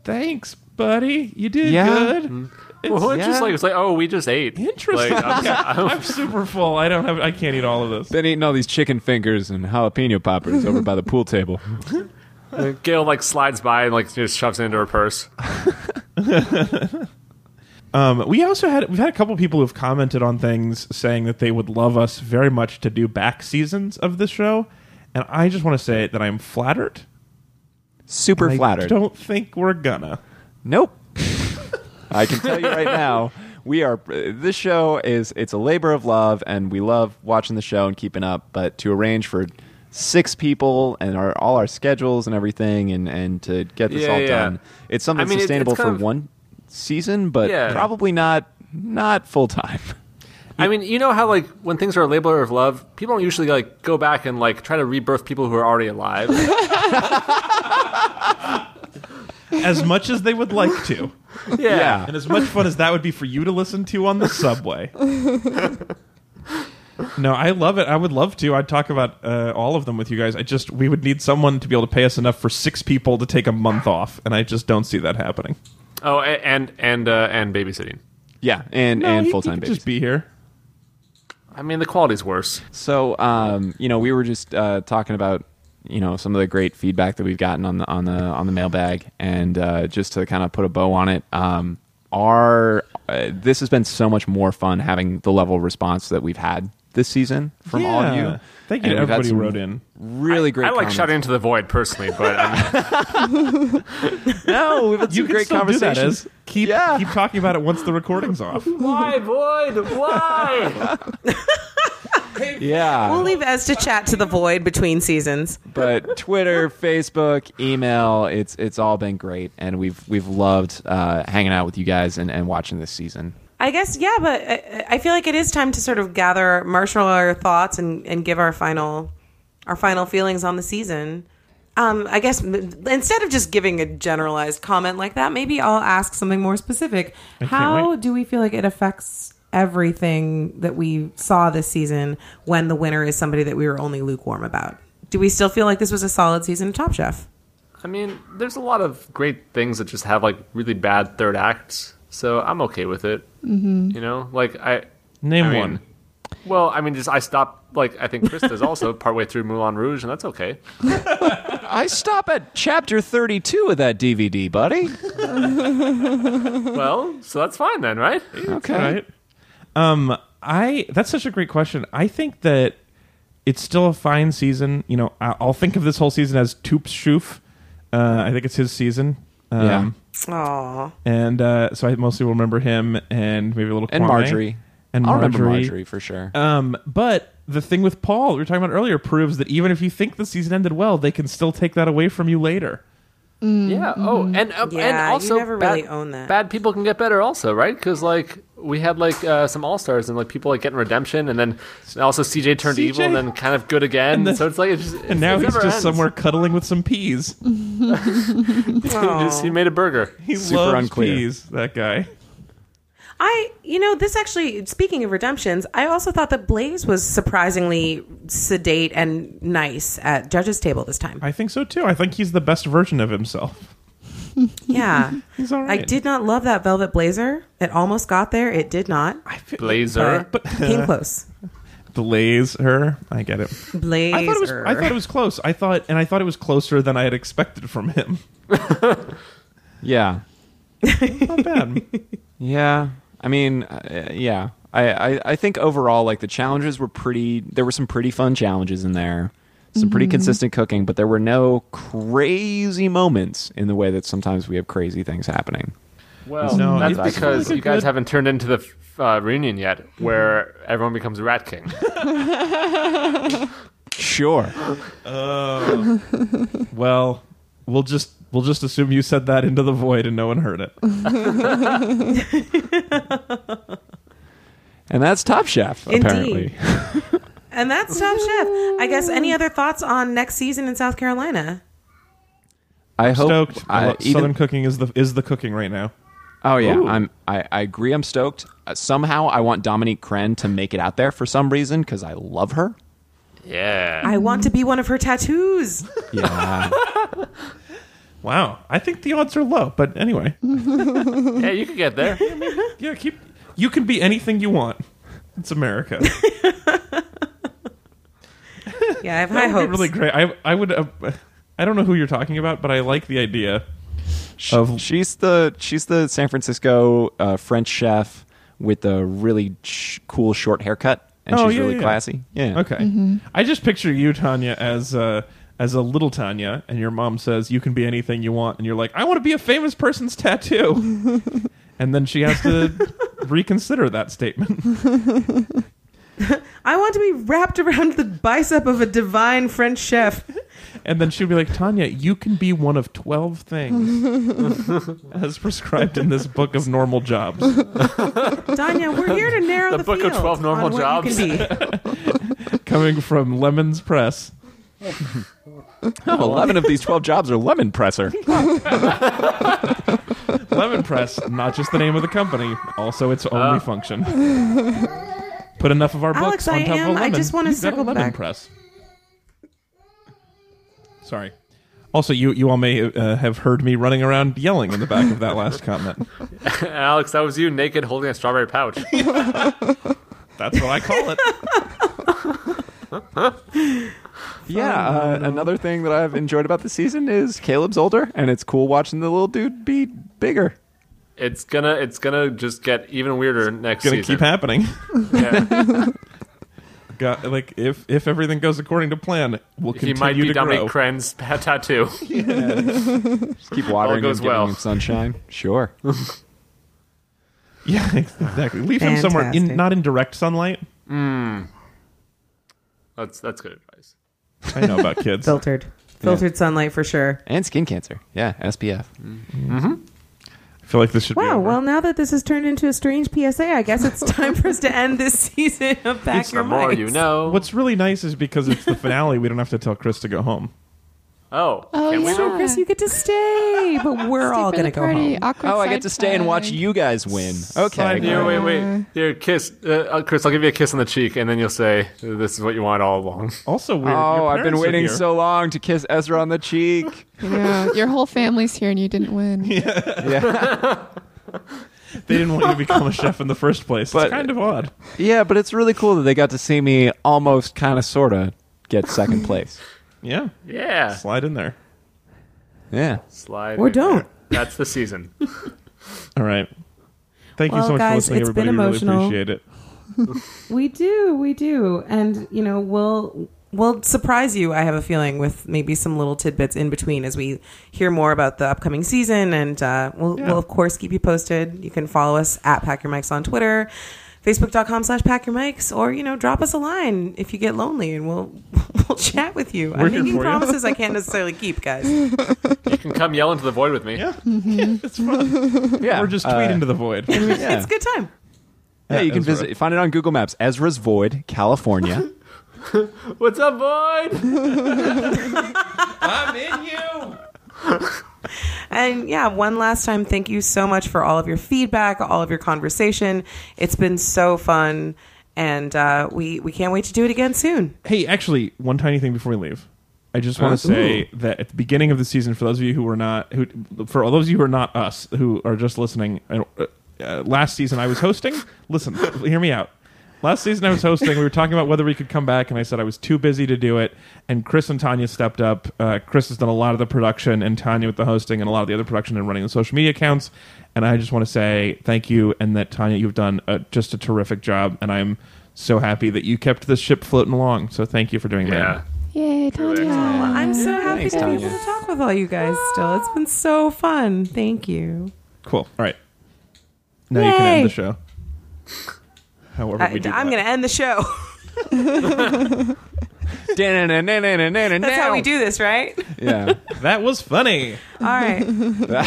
Speaker 2: thanks, buddy. You did
Speaker 4: Yeah.
Speaker 2: good."
Speaker 3: Well, it's just
Speaker 4: Yeah.
Speaker 3: Mm-hmm. like it's like oh, we just ate.
Speaker 2: Interesting.
Speaker 3: Like, I'm-
Speaker 2: I'm super full. I don't have. I can't eat all of this.
Speaker 4: Been eating all these chicken fingers and jalapeno poppers over by the pool table.
Speaker 3: Gail like slides by and like just shoves it into her purse.
Speaker 2: Um, we also had we've had a couple people who've commented on things saying that they would love us very much to do back seasons of the show, and I just want to say that I'm flattered.
Speaker 4: Super
Speaker 2: I
Speaker 4: flattered.
Speaker 2: Don't think we're gonna.
Speaker 4: Nope. I can tell you right now, we are. uh, This show is it's a labor of love, and we love watching the show and keeping up. But to arrange for six people and our all our schedules and everything, and and to get this
Speaker 3: Yeah,
Speaker 4: all
Speaker 3: yeah.
Speaker 4: done, it's something
Speaker 3: I mean, it- it's
Speaker 4: sustainable
Speaker 3: kind
Speaker 4: for
Speaker 3: of-
Speaker 4: one season, but
Speaker 3: Yeah.
Speaker 4: probably not not full time.
Speaker 3: I mean, you know how like when things are a labor of love, people don't usually like go back and like try to rebirth people who are already alive.
Speaker 2: As much as they would like to,
Speaker 4: Yeah.
Speaker 2: and as much fun as that would be for you to listen to on the subway. No, I love it. I would love to. I'd talk about uh, all of them with you guys. I just we would need someone to be able to pay us enough for six people to take a month off, and I just don't see that happening.
Speaker 3: Oh, a- and and uh, and babysitting.
Speaker 4: Yeah, and
Speaker 2: No,
Speaker 4: and
Speaker 2: you-
Speaker 4: full time
Speaker 2: you could
Speaker 4: babies.
Speaker 2: Just be here.
Speaker 3: I mean, the quality's worse.
Speaker 4: So, um, you know, we were just uh, talking about you know some of the great feedback that we've gotten on the on the on the mailbag, and uh, just to kind of put a bow on it, um, our uh, this has been so much more fun having the level of response that we've had this season from all of
Speaker 2: Yeah.
Speaker 4: you.
Speaker 2: Thank you
Speaker 4: And
Speaker 2: to
Speaker 4: we've had
Speaker 2: everybody who
Speaker 4: some
Speaker 2: wrote in.
Speaker 4: Really great.
Speaker 3: I like
Speaker 4: comments.
Speaker 3: shouting into the void personally, but I mean,
Speaker 4: No, we've had some
Speaker 2: you can
Speaker 4: great
Speaker 2: still
Speaker 4: conversations.
Speaker 2: do that. Is keep
Speaker 4: Yeah.
Speaker 2: keep talking about it once the recording's off.
Speaker 3: why void? Why?
Speaker 4: Yeah.
Speaker 1: We'll leave Ez to chat to the void between seasons.
Speaker 4: but Twitter, Facebook, email, it's it's all been great, and we've we've loved uh, hanging out with you guys and, and watching this season.
Speaker 1: I guess, yeah, but I, I feel like it is time to sort of gather, marshal our thoughts, and, and give our final, our final feelings on the season. Um, I guess m- instead of just giving a generalized comment like that, maybe I'll ask something more specific. How
Speaker 2: wait.
Speaker 1: do we feel like it affects everything that we saw this season when the winner is somebody that we were only lukewarm about? Do we still feel like this was a solid season of Top Chef?
Speaker 3: I mean, there's a lot of great things that just have like really bad third acts, so I'm okay with it. Mm-hmm. You know, like I
Speaker 2: Name
Speaker 3: I mean,
Speaker 2: one.
Speaker 3: Well, I mean, just I stopped. Like I think Krista's also partway through Moulin Rouge, and that's okay.
Speaker 4: I stop at chapter 32 of that DVD, buddy.
Speaker 3: Well, so that's fine then, right?
Speaker 4: Okay.
Speaker 2: Right. Um, I that's such a great question. I think that it's still a fine season. You know, I, I'll think of this whole season as Toops Schoof. Uh, I think it's his season. Um,
Speaker 4: Yeah.
Speaker 1: Aww.
Speaker 2: And uh, so I mostly will remember him and maybe a little
Speaker 4: And
Speaker 2: Kwame.
Speaker 4: Marjorie.
Speaker 2: and
Speaker 4: I'll
Speaker 2: Marjorie.
Speaker 4: remember Marjorie for sure.
Speaker 2: Um, but the thing with Paul we were talking about earlier proves that even if you think the season ended well, they can still take that away from you later.
Speaker 3: Yeah.
Speaker 2: Mm-hmm.
Speaker 3: Oh, and uh,
Speaker 1: Yeah,
Speaker 3: and
Speaker 1: you
Speaker 3: also
Speaker 1: never
Speaker 3: bad,
Speaker 1: really own that.
Speaker 3: Bad people can get better, also, right? Because like we had like uh, some all stars and like people like getting redemption, and then also CJ turned
Speaker 2: CJ?
Speaker 3: evil and then kind of good again.
Speaker 2: And then-
Speaker 3: so it's like it's just,
Speaker 2: And now he's
Speaker 3: it never
Speaker 2: just
Speaker 3: ends.
Speaker 2: somewhere cuddling with some peas.
Speaker 3: He just- he made a burger.
Speaker 2: He
Speaker 4: Super
Speaker 2: loves
Speaker 4: unclear.
Speaker 2: peas, that guy.
Speaker 1: I, you know, this actually, speaking of redemptions, I also thought that Blaze was surprisingly sedate and nice at judges' table this time.
Speaker 2: I think so too. I think he's the best version of himself.
Speaker 1: yeah.
Speaker 2: He's all right.
Speaker 1: I did not love that velvet blazer. It almost got there. It did not.
Speaker 2: I feel-
Speaker 3: Blazer.
Speaker 1: But came close.
Speaker 2: Blaze her. I get it.
Speaker 1: Blazer.
Speaker 2: I thought it was. I thought it was close. I thought, and I thought it was closer than I had expected from him.
Speaker 4: yeah.
Speaker 2: Not bad.
Speaker 4: Yeah. I mean, uh, yeah. I, I, I think overall, like the challenges were pretty, there were some pretty fun challenges in there, some pretty consistent cooking, but there were no crazy moments in the way that sometimes we have crazy things happening.
Speaker 3: Well,
Speaker 2: No,
Speaker 3: that's
Speaker 2: it's-
Speaker 3: because
Speaker 2: it's really
Speaker 3: you guys
Speaker 2: good.
Speaker 3: haven't turned into the uh, reunion yet, where everyone becomes a rat king.
Speaker 4: Sure.
Speaker 2: well, we'll just we'll just assume you said that into the void and no one heard it.
Speaker 4: And that's Top Chef,
Speaker 1: Indeed.
Speaker 4: apparently.
Speaker 1: and that's Top Chef. I guess any other thoughts on next season in South Carolina?
Speaker 4: I hope
Speaker 2: Stoked. I
Speaker 4: I,
Speaker 2: love- Southern cooking is the is the cooking right now.
Speaker 4: Oh yeah, I'm. I, I agree. I'm stoked. Uh, somehow, I want Dominique Crenn to make it out there for some reason because I love her.
Speaker 3: yeah.
Speaker 1: I want to be one of her tattoos.
Speaker 4: Yeah,
Speaker 2: Wow, I think the odds are low, but anyway,
Speaker 1: Mm.
Speaker 3: yeah, you could get there.
Speaker 2: Yeah, keep. You can be anything you want. It's America.
Speaker 1: Yeah, I have high
Speaker 2: That would be
Speaker 1: hopes.
Speaker 2: really great. I I would. Uh, I don't know who you're talking about, but I like the idea. Of-
Speaker 4: she's the she's the San Francisco uh, French chef with a really sh- cool short haircut, and
Speaker 2: Oh,
Speaker 4: she's
Speaker 2: yeah,
Speaker 4: really
Speaker 2: yeah.
Speaker 4: classy. Yeah.
Speaker 2: Okay. I just picture you, Tanya, as uh, as a little Tanya, and your mom says you can be anything you want, and you're like, I want to be a famous person's tattoo, and then she has to reconsider that statement.
Speaker 1: I want to be wrapped around the bicep of a divine French chef.
Speaker 2: And then she'd be like, Tanya, you can be one of 12 things as prescribed in this book of normal jobs.
Speaker 1: Danya, we're here to narrow the,
Speaker 3: The book of
Speaker 1: field
Speaker 3: 12 normal
Speaker 1: on what you
Speaker 3: jobs.
Speaker 1: can be.
Speaker 2: Coming from Lemon's Press.
Speaker 4: Oh, Eleven of these twelve jobs are lemon presser.
Speaker 2: Lemon Press, not just the name of the company, also its only function. Put enough of our
Speaker 1: Alex,
Speaker 2: books on
Speaker 1: I
Speaker 2: top of a
Speaker 1: am- I
Speaker 2: lemon.
Speaker 1: just wanna
Speaker 2: You've got a
Speaker 1: circle
Speaker 2: Lemon
Speaker 1: back.
Speaker 2: Press. Sorry. Also, you, you all may uh, have heard me running around yelling in the back of that last comment.
Speaker 3: Alex, that was you naked holding a strawberry pouch.
Speaker 2: That's what I call it.
Speaker 4: Yeah, uh, another thing that I've enjoyed about the season is Caleb's older, and it's cool watching the little dude be bigger.
Speaker 3: It's gonna it's gonna just get even weirder next
Speaker 2: It's gonna
Speaker 3: season.
Speaker 2: keep happening.
Speaker 3: Yeah.
Speaker 2: Got, like if if everything goes according to plan, we'll
Speaker 3: he
Speaker 2: continue
Speaker 3: might be
Speaker 2: to
Speaker 3: Dominic
Speaker 2: grow.
Speaker 3: Cren's tattoo.
Speaker 4: Just keep watering
Speaker 3: goes
Speaker 4: him, giving
Speaker 3: well.
Speaker 4: him sunshine. Sure.
Speaker 2: yeah, exactly. Leave him somewhere in
Speaker 1: Fantastic.
Speaker 2: not in direct sunlight.
Speaker 3: That's that's good advice.
Speaker 2: I know about kids.
Speaker 1: Filtered. Filtered sunlight for sure.
Speaker 4: And skin cancer. Yeah, SPF.
Speaker 2: I feel like this should be
Speaker 1: Wow,
Speaker 2: over.
Speaker 1: well, now that this has turned into a strange PSA, I guess it's time for us to end this season of Back
Speaker 3: It's
Speaker 1: Your
Speaker 3: the more
Speaker 1: Mics.
Speaker 3: you know.
Speaker 2: What's really nice is because it's the finale, we don't have to tell Chris to go home.
Speaker 3: oh,
Speaker 5: Oh,
Speaker 3: can we
Speaker 5: yeah.
Speaker 1: So,
Speaker 3: know?
Speaker 1: Chris, you get to stay, but we're all
Speaker 5: Sleep in the
Speaker 1: going to go
Speaker 5: party,
Speaker 1: home.
Speaker 5: awkward
Speaker 4: Oh, I
Speaker 5: side
Speaker 4: get to stay and watch
Speaker 5: tie.
Speaker 4: you guys win. Okay.
Speaker 2: Side
Speaker 3: Here,
Speaker 4: great.
Speaker 3: wait, wait. Here, kiss. Uh, uh, Chris, I'll give you a kiss on the cheek, and then you'll say, "This is what you want all along."
Speaker 2: Also weird.
Speaker 4: Oh,
Speaker 2: your
Speaker 4: I've been
Speaker 2: parents are
Speaker 4: waiting
Speaker 2: here.
Speaker 4: so long to kiss Ezra on the cheek.
Speaker 5: Yeah, your whole family's here and you didn't win.
Speaker 4: yeah.
Speaker 2: they didn't want you to become a chef in the first place.
Speaker 4: But-
Speaker 2: it's kind of odd.
Speaker 4: yeah, but it's really cool that they got to see me almost kind of sort of get second place.
Speaker 2: Yeah.
Speaker 3: Yeah,
Speaker 2: Slide in there.
Speaker 4: Yeah.
Speaker 3: slide
Speaker 1: Or
Speaker 3: right there.
Speaker 1: don't.
Speaker 3: That's the season.
Speaker 2: All right. Thank you
Speaker 1: Well,
Speaker 2: so much
Speaker 1: guys,
Speaker 2: for listening,
Speaker 1: it's
Speaker 2: everybody.
Speaker 1: been
Speaker 2: We
Speaker 1: emotional.
Speaker 2: really appreciate it.
Speaker 1: We do, we do, and you know we'll we'll surprise you. I have a feeling with maybe some little tidbits in between as we hear more about the upcoming season, and uh, we'll
Speaker 2: Yeah.
Speaker 1: we'll of course keep you posted. You can follow us at Pack Your Mics on Twitter, Facebook.com slash Pack Your Mics, or you know drop us a line if you get lonely, and we'll we'll chat with you.
Speaker 2: We're
Speaker 1: I'm
Speaker 2: here
Speaker 1: making
Speaker 2: for you.
Speaker 1: promises I can't necessarily keep, guys.
Speaker 3: You can come yell into the void with me.
Speaker 2: Yeah. Yeah, it's fun.
Speaker 4: Yeah.
Speaker 2: Or just
Speaker 4: uh,
Speaker 2: tweet into the void.
Speaker 4: yeah.
Speaker 1: It's a good time.
Speaker 4: Yeah, you can
Speaker 2: Ezra.
Speaker 4: visit find it on Google Maps. Ezra's Void, California.
Speaker 3: What's up, void?
Speaker 2: I'm in you.
Speaker 1: And yeah, one last time, thank you so much for all of your feedback, all of your conversation. It's been so fun, and uh, we we can't wait to do it again soon.
Speaker 2: Hey, actually, one tiny thing before we leave. I just
Speaker 4: Uh,
Speaker 2: want to say that at the beginning of the season, for those of you who are not, who, for all those of you who are not us, who are just listening, I don't- uh, uh, last season I was hosting. Listen, hear me out. Last season I was hosting. We were talking about whether we could come back, and I said I was too busy to do it. And Chris and Tanya stepped up. Uh, Chris has done a lot of the production, and Tanya with the hosting, and a lot of the other production and running the social media accounts. And I just want to say thank you, and that Tanya, you've done uh just a terrific job. And I'm so happy that you kept this ship floating along. So thank you for doing
Speaker 3: Yeah.
Speaker 2: that.
Speaker 5: Yay, Tanya.
Speaker 1: I'm so happy
Speaker 4: Thanks,
Speaker 1: to be
Speaker 4: Tanya.
Speaker 1: able to talk with all you guys. Still, it's been so fun. Thank you.
Speaker 2: Cool. All right. Now you can
Speaker 1: Yay.
Speaker 2: end the show. However,
Speaker 1: I,
Speaker 2: we do.
Speaker 1: I'm going
Speaker 2: that.
Speaker 1: to end the show. That's
Speaker 4: That's
Speaker 1: how we do this, right?
Speaker 4: Yeah.
Speaker 2: That was funny.
Speaker 1: All right.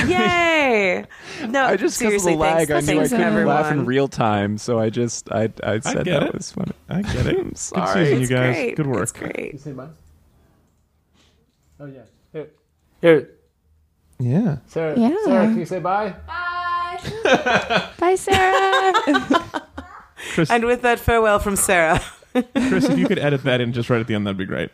Speaker 1: Yay! No,
Speaker 4: I just because of
Speaker 1: seriously,
Speaker 4: the lag,
Speaker 1: thanks,
Speaker 4: I knew I
Speaker 1: thanks
Speaker 4: couldn't
Speaker 1: everyone.
Speaker 4: laugh in real time, so I just I I said
Speaker 2: get
Speaker 4: that
Speaker 2: it.
Speaker 4: was funny.
Speaker 2: I get it. Good
Speaker 4: sorry.
Speaker 2: season, you
Speaker 1: It's
Speaker 2: guys.
Speaker 1: great.
Speaker 2: Good work.
Speaker 1: It's great.
Speaker 3: Say mine. Oh yeah. Here, here,
Speaker 2: Yeah.
Speaker 3: Sarah.
Speaker 5: Yeah.
Speaker 3: Sarah, can you say bye?
Speaker 5: Bye, Sarah.
Speaker 2: Chris,
Speaker 1: And with that farewell from Sarah.
Speaker 2: Chris, if you could edit that in just right at the end, that'd be great.